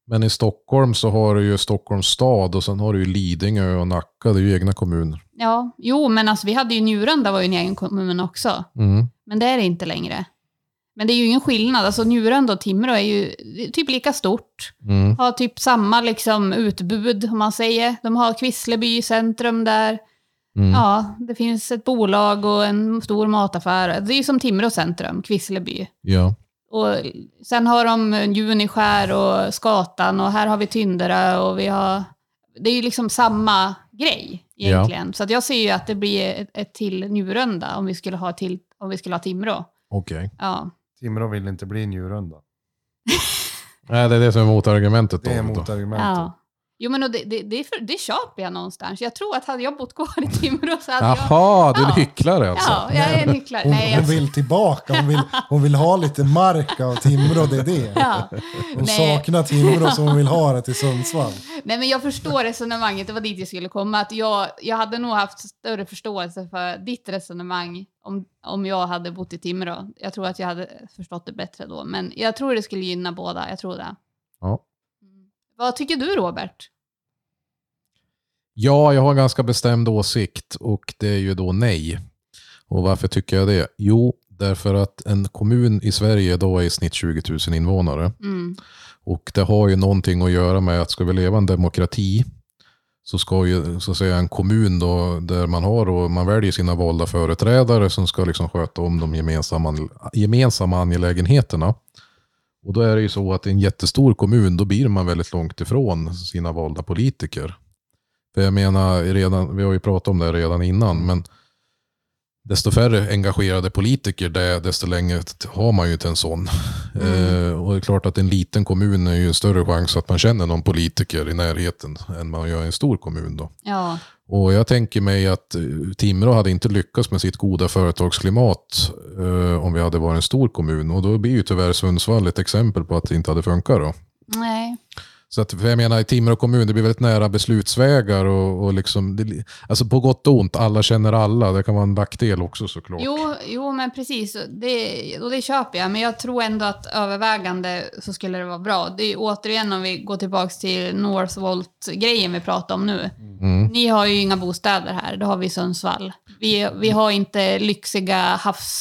S3: Men i Stockholm så har du ju Stockholms stad och sen har du ju Lidingö och Nacka, det är ju egna kommuner.
S2: Ja, jo, men alltså vi hade ju Njurunda var ju en egen kommun också.
S3: Mm.
S2: Men det är det inte längre. Men det är ju ingen skillnad. Alltså Njurunda och Timrå är ju det är typ lika stort.
S3: Mm.
S2: Har typ samma liksom utbud, om man säger. De har Kvissleby centrum där.
S3: Mm.
S2: Ja, det finns ett bolag och en stor mataffär. Det är ju som Timrå centrum, Kvissleby.
S3: Ja.
S2: Och sen har de Juniskär och Skatan och här har vi Tyndera och vi har... Det är ju liksom samma grej egentligen. Så att jag ser ju att det blir ett, ett till Njurunda om vi skulle ha, till, om vi skulle ha Timrå.
S3: Okej.
S2: Ja.
S4: Timrå vill inte bli Njurunda.
S3: Nej, det är det som är motargumentet.
S4: Det är
S3: David, då.
S4: motargumentet.
S2: ja. Jo men och det, det, det, är för, det köper jag någonstans. Jag tror att hade jag bott kvar i Timrå så hade jag...
S3: Jaha, du är en
S2: Ja.
S3: hycklare alltså.
S2: Ja, jag är en hycklare.
S4: Hon,
S2: Nej,
S4: hon
S2: jag,
S4: vill tillbaka, hon vill, hon vill ha lite mark av Timrå, det är det.
S2: ja.
S4: Hon
S2: Nej.
S4: saknar Timrå så hon vill ha det till Sundsvall.
S2: Nej, men jag förstår resonemanget. Det var dit jag skulle komma. Att jag, jag hade nog haft större förståelse för ditt resonemang om, om jag hade bott i Timrå. Jag tror att jag hade förstått det bättre då. Men jag tror det skulle gynna båda. Jag tror det.
S3: Ja.
S2: Mm. Vad tycker du, Robert?
S3: Ja, jag har en ganska bestämd åsikt och det är ju då nej. Och varför tycker jag det? Jo, därför att en kommun i Sverige idag är i snitt 20 000 invånare.
S2: Mm.
S3: Och det har ju någonting att göra med att ska vi leva en demokrati så ska ju så att säga, en kommun då, där man har och man väljer sina valda företrädare som ska liksom sköta om de gemensamma, gemensamma angelägenheterna. Och då är det ju så att i en jättestor kommun då blir man väldigt långt ifrån sina valda politiker. För jag menar, redan, vi har ju pratat om det redan innan, men desto färre engagerade politiker det, desto längre t- har man ju inte en sån. Eh, och det är klart att en liten kommun är ju en större chans att man känner någon politiker i närheten än man gör i en stor kommun. Då.
S2: Ja.
S3: Och jag tänker mig att eh, Timrå hade inte lyckats med sitt goda företagsklimat eh, om vi hade varit en stor kommun. Och då blir ju tyvärr Sundsvall ett exempel på att det inte hade funkat. Då.
S2: Nej.
S3: Så att, för jag menar, i Timrå kommun, det blir väldigt nära beslutsvägar och, och liksom, det, alltså på gott och ont, alla känner alla. Det kan vara en nackdel också såklart.
S2: Jo, jo, men precis. Och Det, och det köper jag. Men jag tror ändå att övervägande så skulle det vara bra. Det är ju återigen om vi går tillbaka till Northvolt-grejen vi pratade om nu.
S3: Mm.
S2: Ni har ju inga bostäder här, det har vi i Sundsvall. Vi, vi har inte lyxiga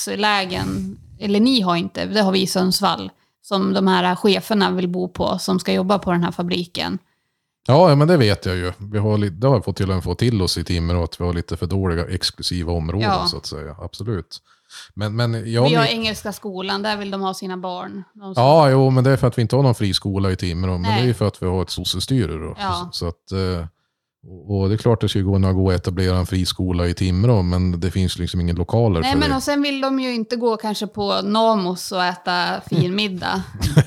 S2: havslägen, eller ni har inte, det har vi i Sundsvall. Som de här cheferna vill bo på, som ska jobba på den här fabriken.
S3: Ja, men det vet jag ju. Vi har, li- det har jag fått till, fått till oss i Timrå, att vi har lite för dåliga exklusiva områden
S2: Ja.
S3: så att säga. Absolut. Men, men jag...
S2: vi har Engelska skolan, där vill de ha sina barn. De ska-
S3: Ja, jo, men det är för att vi inte har någon friskola i Timrå, men
S2: Nej.
S3: det är ju för att vi har ett sossestyre. Då.
S2: Ja.
S3: Så att, eh, Och, och det är klart det skulle gå att gå och etablera en friskola i Timrå, men det finns liksom ingen lokaler
S2: Nej,
S3: för
S2: men
S3: det.
S2: och sen vill de ju inte gå kanske på Namos och äta fin middag,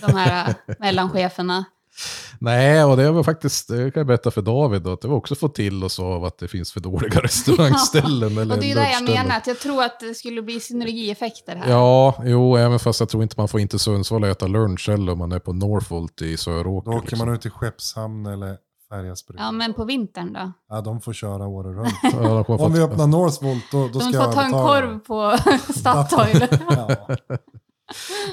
S2: de här
S3: <laughs>
S2: eh, mellancheferna.
S3: Nej, och det var faktiskt, det kan jag berätta för David, då, att det var också fått till oss av att det finns för
S2: <laughs>
S3: dåliga <laughs> restaurangställen. eller
S2: Och det är ju det jag
S3: lunchställen.
S2: menar, att jag tror att det skulle bli synergieffekter här.
S3: Ja, jo, även fast jag tror inte man får inte Sundsvall och äta lunch eller om man är på Norfolk i Söråker.
S4: Då åker
S3: liksom.
S4: man ut till Skeppshamn eller Färjasbruk.
S2: Ja, men på vintern då?
S4: ja, de får köra året runt.
S2: <laughs>
S3: Ja, de kommer
S4: Om
S3: få-
S4: vi öppnar Northvolt då, då
S2: De
S4: ska
S2: får
S4: jag
S2: ta en
S4: övertala
S2: korv
S4: dig.
S2: på <laughs> Statoil.
S4: <laughs> Ja.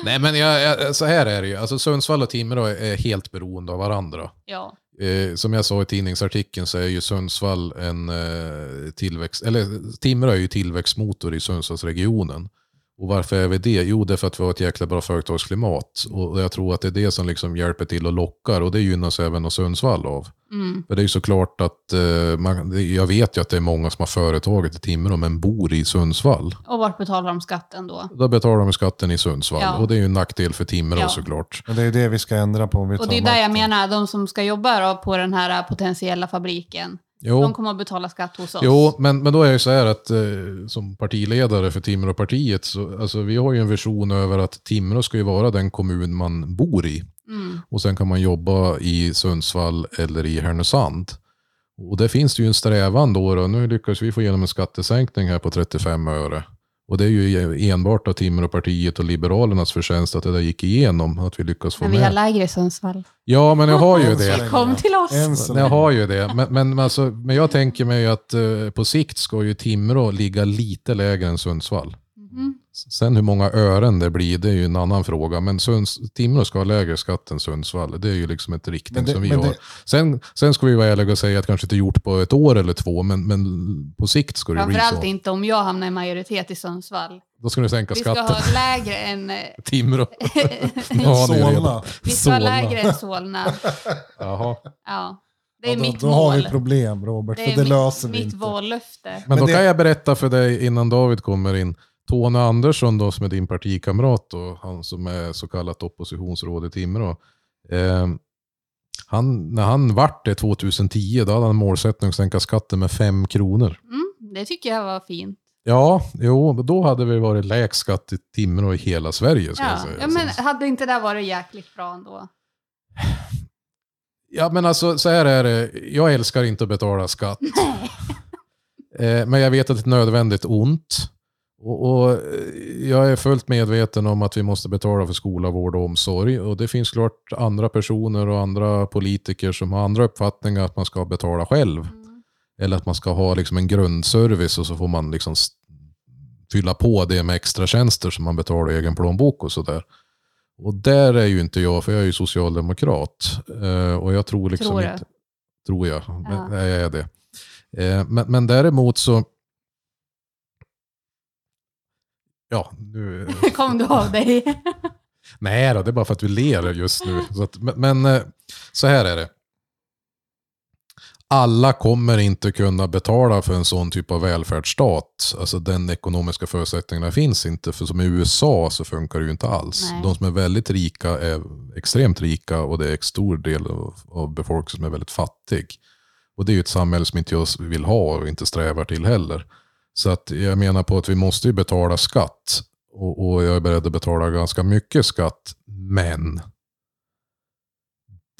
S3: Nej, men jag, jag, så här är det ju. Alltså, Sundsvall och Timrå är helt beroende av varandra.
S2: <laughs> ja.
S3: Eh, som jag sa i tidningsartikeln så är ju Sundsvall en eh, tillväxt, eller Timrå är ju tillväxtmotor i Sundsvallsregionen. Och varför är vi det? Jo, det är för att vi har ett jäkla bra företagsklimat. Och jag tror att det är det som liksom hjälper till och lockar. Och det gynnas även av Sundsvall av.
S2: Mm.
S3: För det är ju såklart att, eh, man, det- jag vet ju att det är många som har företaget i Timrå men bor i Sundsvall.
S2: Och vart betalar de skatten då?
S3: Då betalar de skatten i Sundsvall
S2: Ja.
S3: och det är ju en nackdel för Timrå
S2: Ja.
S3: såklart.
S4: Men det är ju det vi ska ändra på om vi tar
S2: Och det är där jag
S4: makten.
S2: menar, de som ska jobba då på den här äh, potentiella fabriken, de
S3: Jo,
S2: kommer att betala skatt hos oss.
S3: jo men, men då är det ju så här att eh, som partiledare för Timråpartiet, så, alltså, vi har ju en vision över att Timrå ska ju vara den kommun man bor i.
S2: Mm.
S3: Och sen kan man jobba i Sundsvall eller i Härnösand. Och där finns det ju en strävan då, då. nu lyckas vi få igenom en skattesänkning här på 35 öre. Och det är ju enbart av Timråpartiet och Liberalernas förtjänst att det där gick igenom, att vi lyckas få
S2: Men vi har
S3: med.
S2: lägre i Sundsvall.
S3: Ja, men jag har ju
S4: Än så
S3: det.
S4: länge.
S2: Kom till oss!
S4: Än så
S3: Jag
S4: länge.
S3: har ju det, men, men, alltså, men jag tänker mig att eh, på sikt ska ju Timrå ligga lite lägre än Sundsvall.
S2: Mhm.
S3: Sen hur många ören det blir, det är ju en annan fråga. Men Sunds, Timrå ska ha lägre skatt än Sundsvall. Det är ju liksom ett riktning
S4: Men det-
S3: som vi
S4: men
S3: har.
S4: det-
S3: Sen, sen ska vi vara ärliga och säga att kanske inte gjort på ett år eller två, men, men på sikt ska det bli
S2: Framförallt
S3: så.
S2: inte om jag hamnar i majoritet i Sundsvall.
S3: Då ska du sänka
S2: Vi ska
S3: skatten.
S2: ha lägre
S4: <laughs>
S2: än... eh, <laughs>
S3: <laughs> Timrå. Ja, ni är redo.
S4: Solna.
S2: vi ska ha
S3: Solna.
S2: lägre än Solna.
S3: Jaha.
S2: Ja, det är
S4: Ja,
S2: mitt
S4: då, då har
S2: mål.
S4: vi problem Robert,
S2: Det
S4: för
S2: är
S4: det
S2: mitt,
S4: löser vi
S2: mitt
S4: inte.
S2: vallöfte.
S3: Men,
S4: Men
S3: då
S4: det-
S3: kan jag berätta för dig innan David kommer in. Tony Andersson då, som är din partikamrat och han som är så kallat oppositionsråd i Timrå. Eh, han, när han vart det 2010, då hade han en målsättning att sänka skatten med 5 kronor.
S2: Mm, det tycker jag var fint.
S3: Ja, jo, men då hade vi varit lägst skatt i Timrå i hela Sverige. Ska jag
S2: Ja.
S3: säga.
S2: Ja, men hade inte det varit jäkligt bra
S4: <laughs>
S2: ändå?
S3: ja, men alltså så här är det. Jag älskar inte att betala skatt. Eh, men jag vet att det är ett nödvändigt ont. Och, och eh, jag är fullt medveten om att vi måste betala för skola, vård och omsorg. Och det finns klart andra personer och andra politiker som har andra uppfattningar att man ska betala själv.
S2: Mm.
S3: Eller att man ska ha liksom en grundservice och så får man liksom s- fylla på det med extra tjänster som man betalar i egen plånbok och sådär. Och där är ju inte jag, för jag är ju socialdemokrat. Eh, och jag tror liksom
S2: Tror du?
S3: inte... Tror jag. Men,
S2: Ja.
S3: Nej, jag är det. Eh, men, men däremot så... Ja, nu...
S2: <laughs> Kom du av dig?
S3: Nej då, det är bara för att vi ler just nu. Så att, men- men eh, så här är det. Alla kommer inte kunna betala för en sån typ av välfärdsstat. Alltså den ekonomiska förutsättningarna finns inte. För som i USA så funkar det ju inte alls.
S2: Nej.
S3: De som är väldigt rika är extremt rika och det är en stor del av, av befolkningen som är väldigt fattig. Och det är ju ett samhälle som inte jag vill ha och inte strävar till heller. Så att jag menar på att vi måste ju betala skatt. Och, och jag är beredd att betala ganska mycket skatt. Men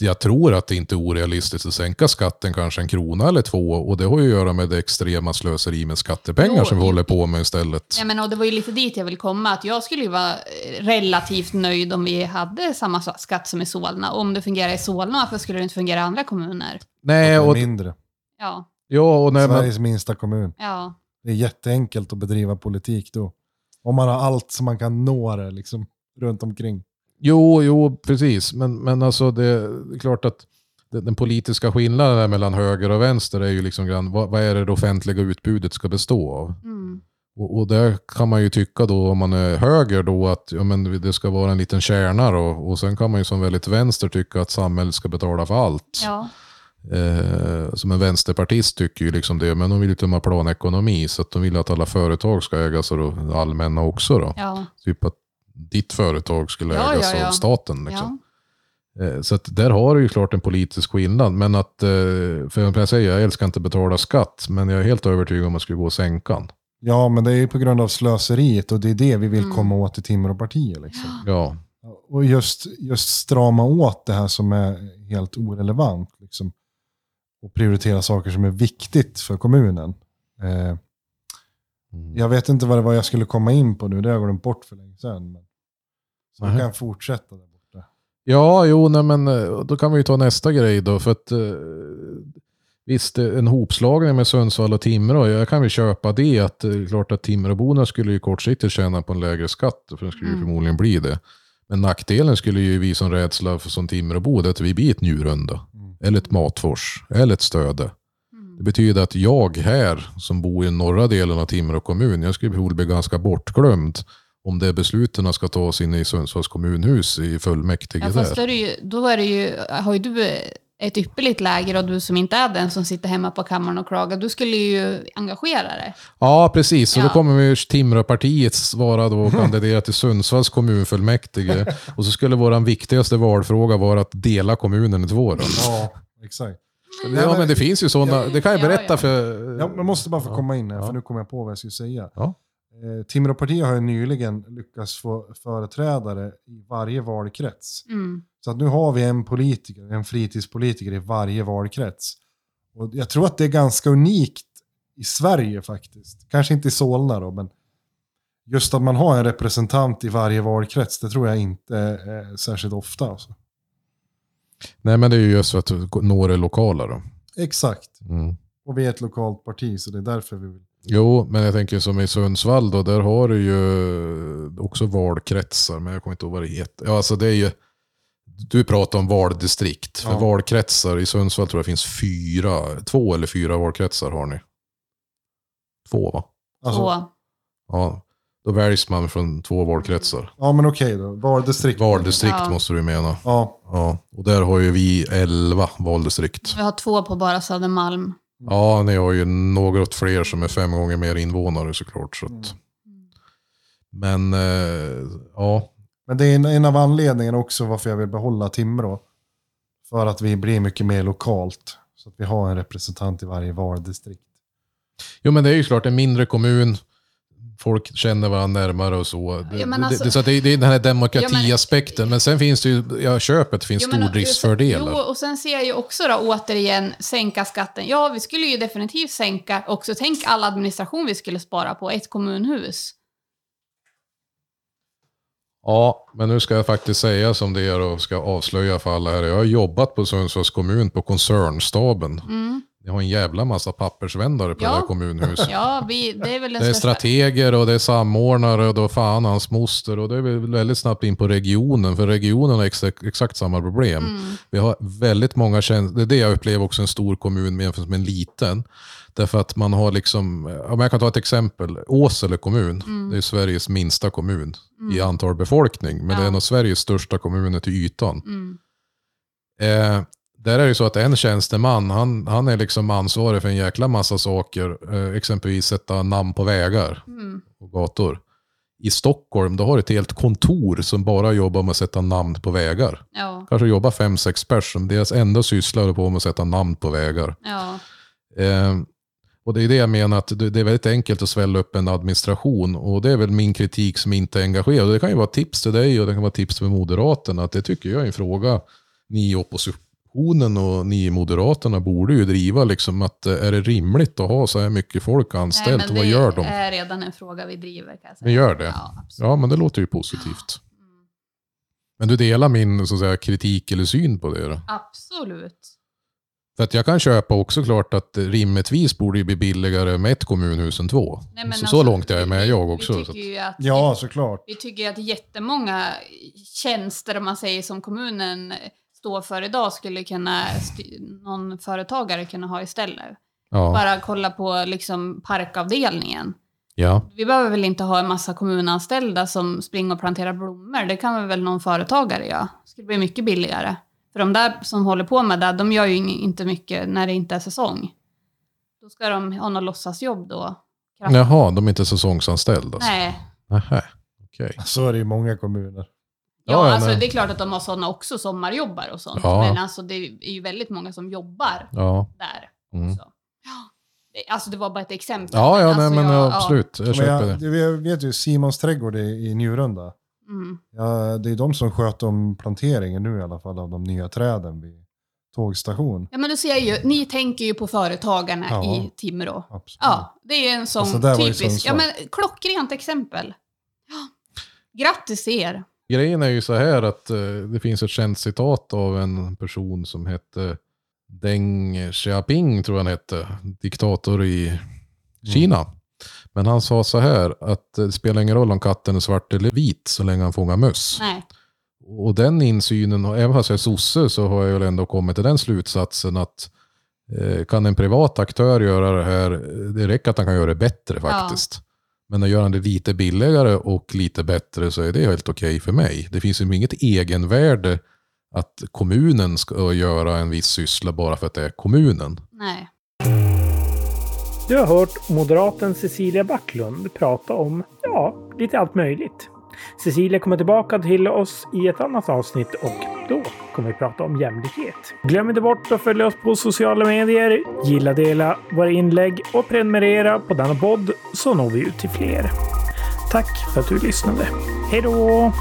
S3: jag tror att det inte är orealistiskt att sänka skatten kanske en krona eller två. Och det har ju att göra med det extrema slöseri med skattepengar
S2: Jo,
S3: som vi
S2: jo.
S3: håller på med istället.
S2: Ja, men, och det var ju lite dit jag ville komma, att jag skulle ju vara eh, relativt nöjd om vi hade samma sa- skatt som i Solna. Och om det fungerar i Solna, varför skulle det inte fungera i andra kommuner?
S4: Det
S3: Nej,
S4: är
S3: och,
S4: mindre.
S2: Ja,
S3: ja, och nej, men,
S4: Sveriges minsta kommun.
S2: ja.
S4: Det är jätteenkelt att bedriva politik då. Om man har allt som man kan nå det liksom, runt omkring.
S3: jo, jo, precis. Men, men alltså det är klart att den den politiska skillnaden där mellan höger och vänster är ju liksom grann, vad, vad är det det offentliga utbudet ska bestå av?
S2: Mm.
S3: Och, och där kan man ju tycka då om man är höger då att ja, men det ska vara en liten kärna då. Och sen kan man ju som väldigt vänster tycka att samhället ska betala för allt.
S2: ja.
S3: Eh, som en vänsterpartist tycker ju liksom det, men de vill ju inte ha planekonomi så att de vill att alla företag ska ägas av det allmänna också då.
S2: ja.
S3: Typ att ditt företag skulle
S2: Ja,
S3: ägas
S2: ja, ja.
S3: av staten. Liksom.
S2: ja.
S3: Eh, Så att där har du ju klart en politisk skillnad. Men att, eh, för som jag säger, jag älskar inte att betala skatt, men jag är helt övertygad om att man skulle gå och sänka den.
S4: Ja, men det är ju på grund av slöseriet och det är det vi vill
S2: Mm.
S4: komma åt i Timrå partier. Liksom.
S3: Ja,
S4: Och just, just strama åt det här som är helt orelevant. Liksom. Och prioritera saker som är viktigt för kommunen. Eh,
S3: Mm.
S4: jag vet inte vad det var jag skulle komma in på nu, det har jag glömt bort för länge sedan. Men, så vi
S3: Nähä.
S4: kan fortsätta där borta.
S3: ja jo, nej, men eh, då kan vi ju ta nästa grej då. För att, eh, visst, eh, en hopslagning med Sundsvall och Timrå, jag kan väl köpa det. Att, eh, klart att Timråborna skulle ju kortsiktigt tjäna på en lägre skatt, för den skulle ju
S2: Mm.
S3: förmodligen bli det. Men nackdelen skulle ju vi som rädsla för som Timråbo, det är att vi blir ett Njurunda,
S4: Mm.
S3: eller ett Matfors, eller ett Stöde. Det
S2: Mm.
S3: betyder att jag här, som bor i norra delen av Timrå kommun, jag skulle förmodligen bli ganska bortglömd om det besluten ska tas in i Sundsvalls kommunhus i fullmäktige
S2: Ja, fast
S3: där.
S2: då, är det ju, då är det ju, har ju du ett ypperligt läger och du som inte är den som sitter hemma på kammaren och klagar, du skulle ju engagera dig.
S3: Ja, precis. Så då
S2: Ja.
S3: kommer vi ju Timråpartiet svara då och
S4: Mm.
S3: kandidera till Sundsvalls
S4: <laughs>
S3: kommunfullmäktige. Och så skulle vår viktigaste valfråga vara att dela kommunen i två. Då.
S4: Ja, exakt.
S3: Ja, men det finns ju sådana. Det kan jag
S2: Ja,
S3: berätta
S2: ja.
S3: för...
S4: Jag jag måste bara få komma in här,
S3: Ja.
S4: för nu kommer jag på vad jag skulle säga.
S3: Ja.
S4: Eh, Timråpartiet har ju nyligen lyckats få företrädare i varje valkrets.
S2: Mm.
S4: Så att nu har vi en politiker, en fritidspolitiker i varje valkrets. Och jag tror att det är ganska unikt i Sverige faktiskt. Kanske inte i Solna då, men just att man har en representant i varje valkrets, det tror jag inte är särskilt ofta. Alltså.
S3: Nej, men det är ju just för att nå det lokala då.
S4: Exakt.
S3: Mm.
S4: Och vi är ett lokalt parti, så det är därför vi vill.
S3: Jo, men jag tänker som i Sundsvall då, där har du ju också valkretsar, men jag kommer inte ihåg vad det heter. Ja, alltså det är ju, du pratar om valdistrikt, för
S4: Ja.
S3: valkretsar i Sundsvall tror jag finns fyra, två eller fyra valkretsar har ni. Två va?
S4: Alltså,
S2: och,
S3: Ja, då väljs man från två valkretsar.
S4: Ja, men okej då. Valdistrikt.
S3: Valdistrikt
S2: Ja.
S3: måste du mena.
S4: Ja,
S3: Ja, och där har ju vi elva valdistrikt.
S2: vi har två på bara Södermalm.
S3: Ja, ni har ju något fler som är fem gånger mer invånare såklart. Så att.
S4: Mm.
S3: Men eh, ja,
S4: men det är en, en av anledningarna också varför jag vill behålla Timrå. För att vi blir mycket mer lokalt. Så att vi har en representant i varje valdistrikt.
S3: jo men det är ju klart en mindre kommun. Folk känner varandra närmare och så. Det,
S2: Ja, men
S3: det-
S2: alltså-
S3: det, så att det, är- det är den här
S2: Ja, men-
S3: demokratiaspekten. men, sen finns det ju, ja, köpet finns
S2: Jo, men
S3: stordriftsfördelar.
S2: Jo, och sen ser jag ju också då återigen sänka skatten. Ja, vi skulle ju definitivt sänka också. Tänk all administration vi skulle spara på ett kommunhus.
S3: Ja, men nu ska jag faktiskt säga som det är och ska avslöja för alla här. Jag har jobbat på Sundsvalls kommun på koncernstaben.
S2: Mm.
S3: Jag har en jävla massa pappersvändare på
S2: Ja.
S3: det här kommunhuset.
S2: Ja, vi, det
S3: <laughs>
S2: är väl den
S3: Det är
S2: största...
S3: strateger och det är samordnare och då fan hans moster och det är vi väldigt snabbt in på regionen för regionen har exakt, exakt samma problem.
S2: Mm.
S3: Vi har väldigt många tjänster, det är det jag upplever också en stor kommun jämfört med en liten. Därför att man har liksom, ja, men jag kan ta ett exempel, Åsele kommun,
S2: Mm.
S3: det är Sveriges minsta kommun i
S2: Mm.
S3: antal befolkning, men det är
S2: Ja.
S3: en av Sveriges största kommuner till ytan.
S2: Mm.
S3: Eh, där är det så att en tjänsteman, han, han är liksom ansvarig för en jäkla massa saker, eh, exempelvis sätta namn på vägar
S2: Mm.
S3: och gator. I Stockholm då har du ett helt kontor som bara jobbar med att sätta namn på vägar.
S2: Ja,
S3: Kanske jobbar fem, sex personer. Deras enda syssla är på med att sätta namn på vägar.
S2: ja.
S3: Eh, och det är det jag menar, att det det är väldigt enkelt att svälla upp en administration. Och det är väl min kritik som inte är engagerad. Och Det kan ju vara tips till dig och det kan vara tips till Moderaterna. Att det tycker jag är en fråga ni i oppositionen och ni i Moderaterna borde ju driva. Liksom, att eh, är det rimligt att ha så här mycket folk
S2: Nej,
S3: anställt?
S2: men
S3: och Vad gör
S2: Det
S3: de?
S2: är redan en fråga vi driver kan jag säga.
S3: Ni gör det?
S2: Ja, absolut.
S3: Ja, men det låter ju positivt.
S2: Mm.
S3: Men du delar min så att säga, kritik eller syn på det då?
S2: Absolut.
S3: För att jag kan köpa också klart att eh, rimligtvis borde det bli billigare med ett kommunhus än två.
S2: Nej, men
S3: så, så
S2: alltså,
S3: långt är jag med
S2: vi-
S3: jag också.
S2: Vi
S3: så att,
S2: tycker ju att,
S4: Ja, såklart.
S2: vi tycker att jättemånga tjänster, om man säger som kommunen står för idag, skulle kunna sty- någon företagare kunna ha istället.
S3: ja,
S2: Bara kolla på liksom parkavdelningen.
S3: ja,
S2: Vi behöver väl inte ha en massa kommunanställda som springer och planterar blommor. Det kan väl någon företagare göra. Det skulle bli mycket billigare. För de där som håller på med det, de gör ju ing- inte mycket när det inte är säsong. Då ska de ha något låtsasjobb då. Kraft-
S3: Jaha, de är inte säsongsanställda? alltså.
S2: Nej.
S3: Nähä, okej.
S4: Så är det i många kommuner.
S2: Ja,
S3: ja,
S2: alltså,
S3: nej.
S2: det är klart att de har sådana också, sommarjobbar och sånt.
S3: Ja.
S2: Men alltså, det är ju väldigt många som jobbar
S3: Ja,
S2: där.
S3: mm.
S2: Så. Ja. Det- Alltså det var bara ett exempel.
S3: ja, ja
S2: alltså,
S3: nej, men
S2: jag-
S3: absolut. Jag
S4: Men
S3: köper
S4: jag,
S3: det.
S4: jag vet ju Simons trädgård i, i Njurunda.
S2: Ja, mm,
S4: Ja, det är de som sköt om planteringen nu i alla fall av de nya träden vid tågstation.
S2: ja men du ser ju, ni tänker ju på företagarna
S4: Ja.
S2: i Timrå.
S4: Absolut.
S3: Mm.
S2: Ja, det är en sån
S4: Alltså, där var ju
S2: typisk, ja
S4: Sundsvall.
S2: men klockrent exempel. Ja. Grattis er.
S3: Grejen är ju så här att eh, det finns ett känt citat av en person som hette Deng Xiaoping, tror jag han hette, diktator i Kina. Men han sa så här att eh, det spelar ingen roll om katten är svart eller vit så länge han fångar möss.
S2: Nej,
S3: Och den insynen, och även fast jag är sosse, så har jag väl ändå kommit till den slutsatsen att eh, kan en privat aktör göra det här, eh, det räcker att han kan göra det bättre faktiskt. Men när gör han det lite billigare och lite bättre så är det helt okej för mig. Det finns ju inget egenvärde att kommunen ska göra en viss syssla bara för att det är kommunen.
S2: nej.
S1: Du har hört moderaten Cecilia Backlund prata om, ja, lite allt möjligt. Cecilia kommer tillbaka till oss i ett annat avsnitt och då kommer vi prata om jämlikhet. Glöm inte bort att följa oss på sociala medier, gilla, dela våra inlägg och prenumerera på denna podd så når vi ut till fler. Tack för att du lyssnade. Hej då!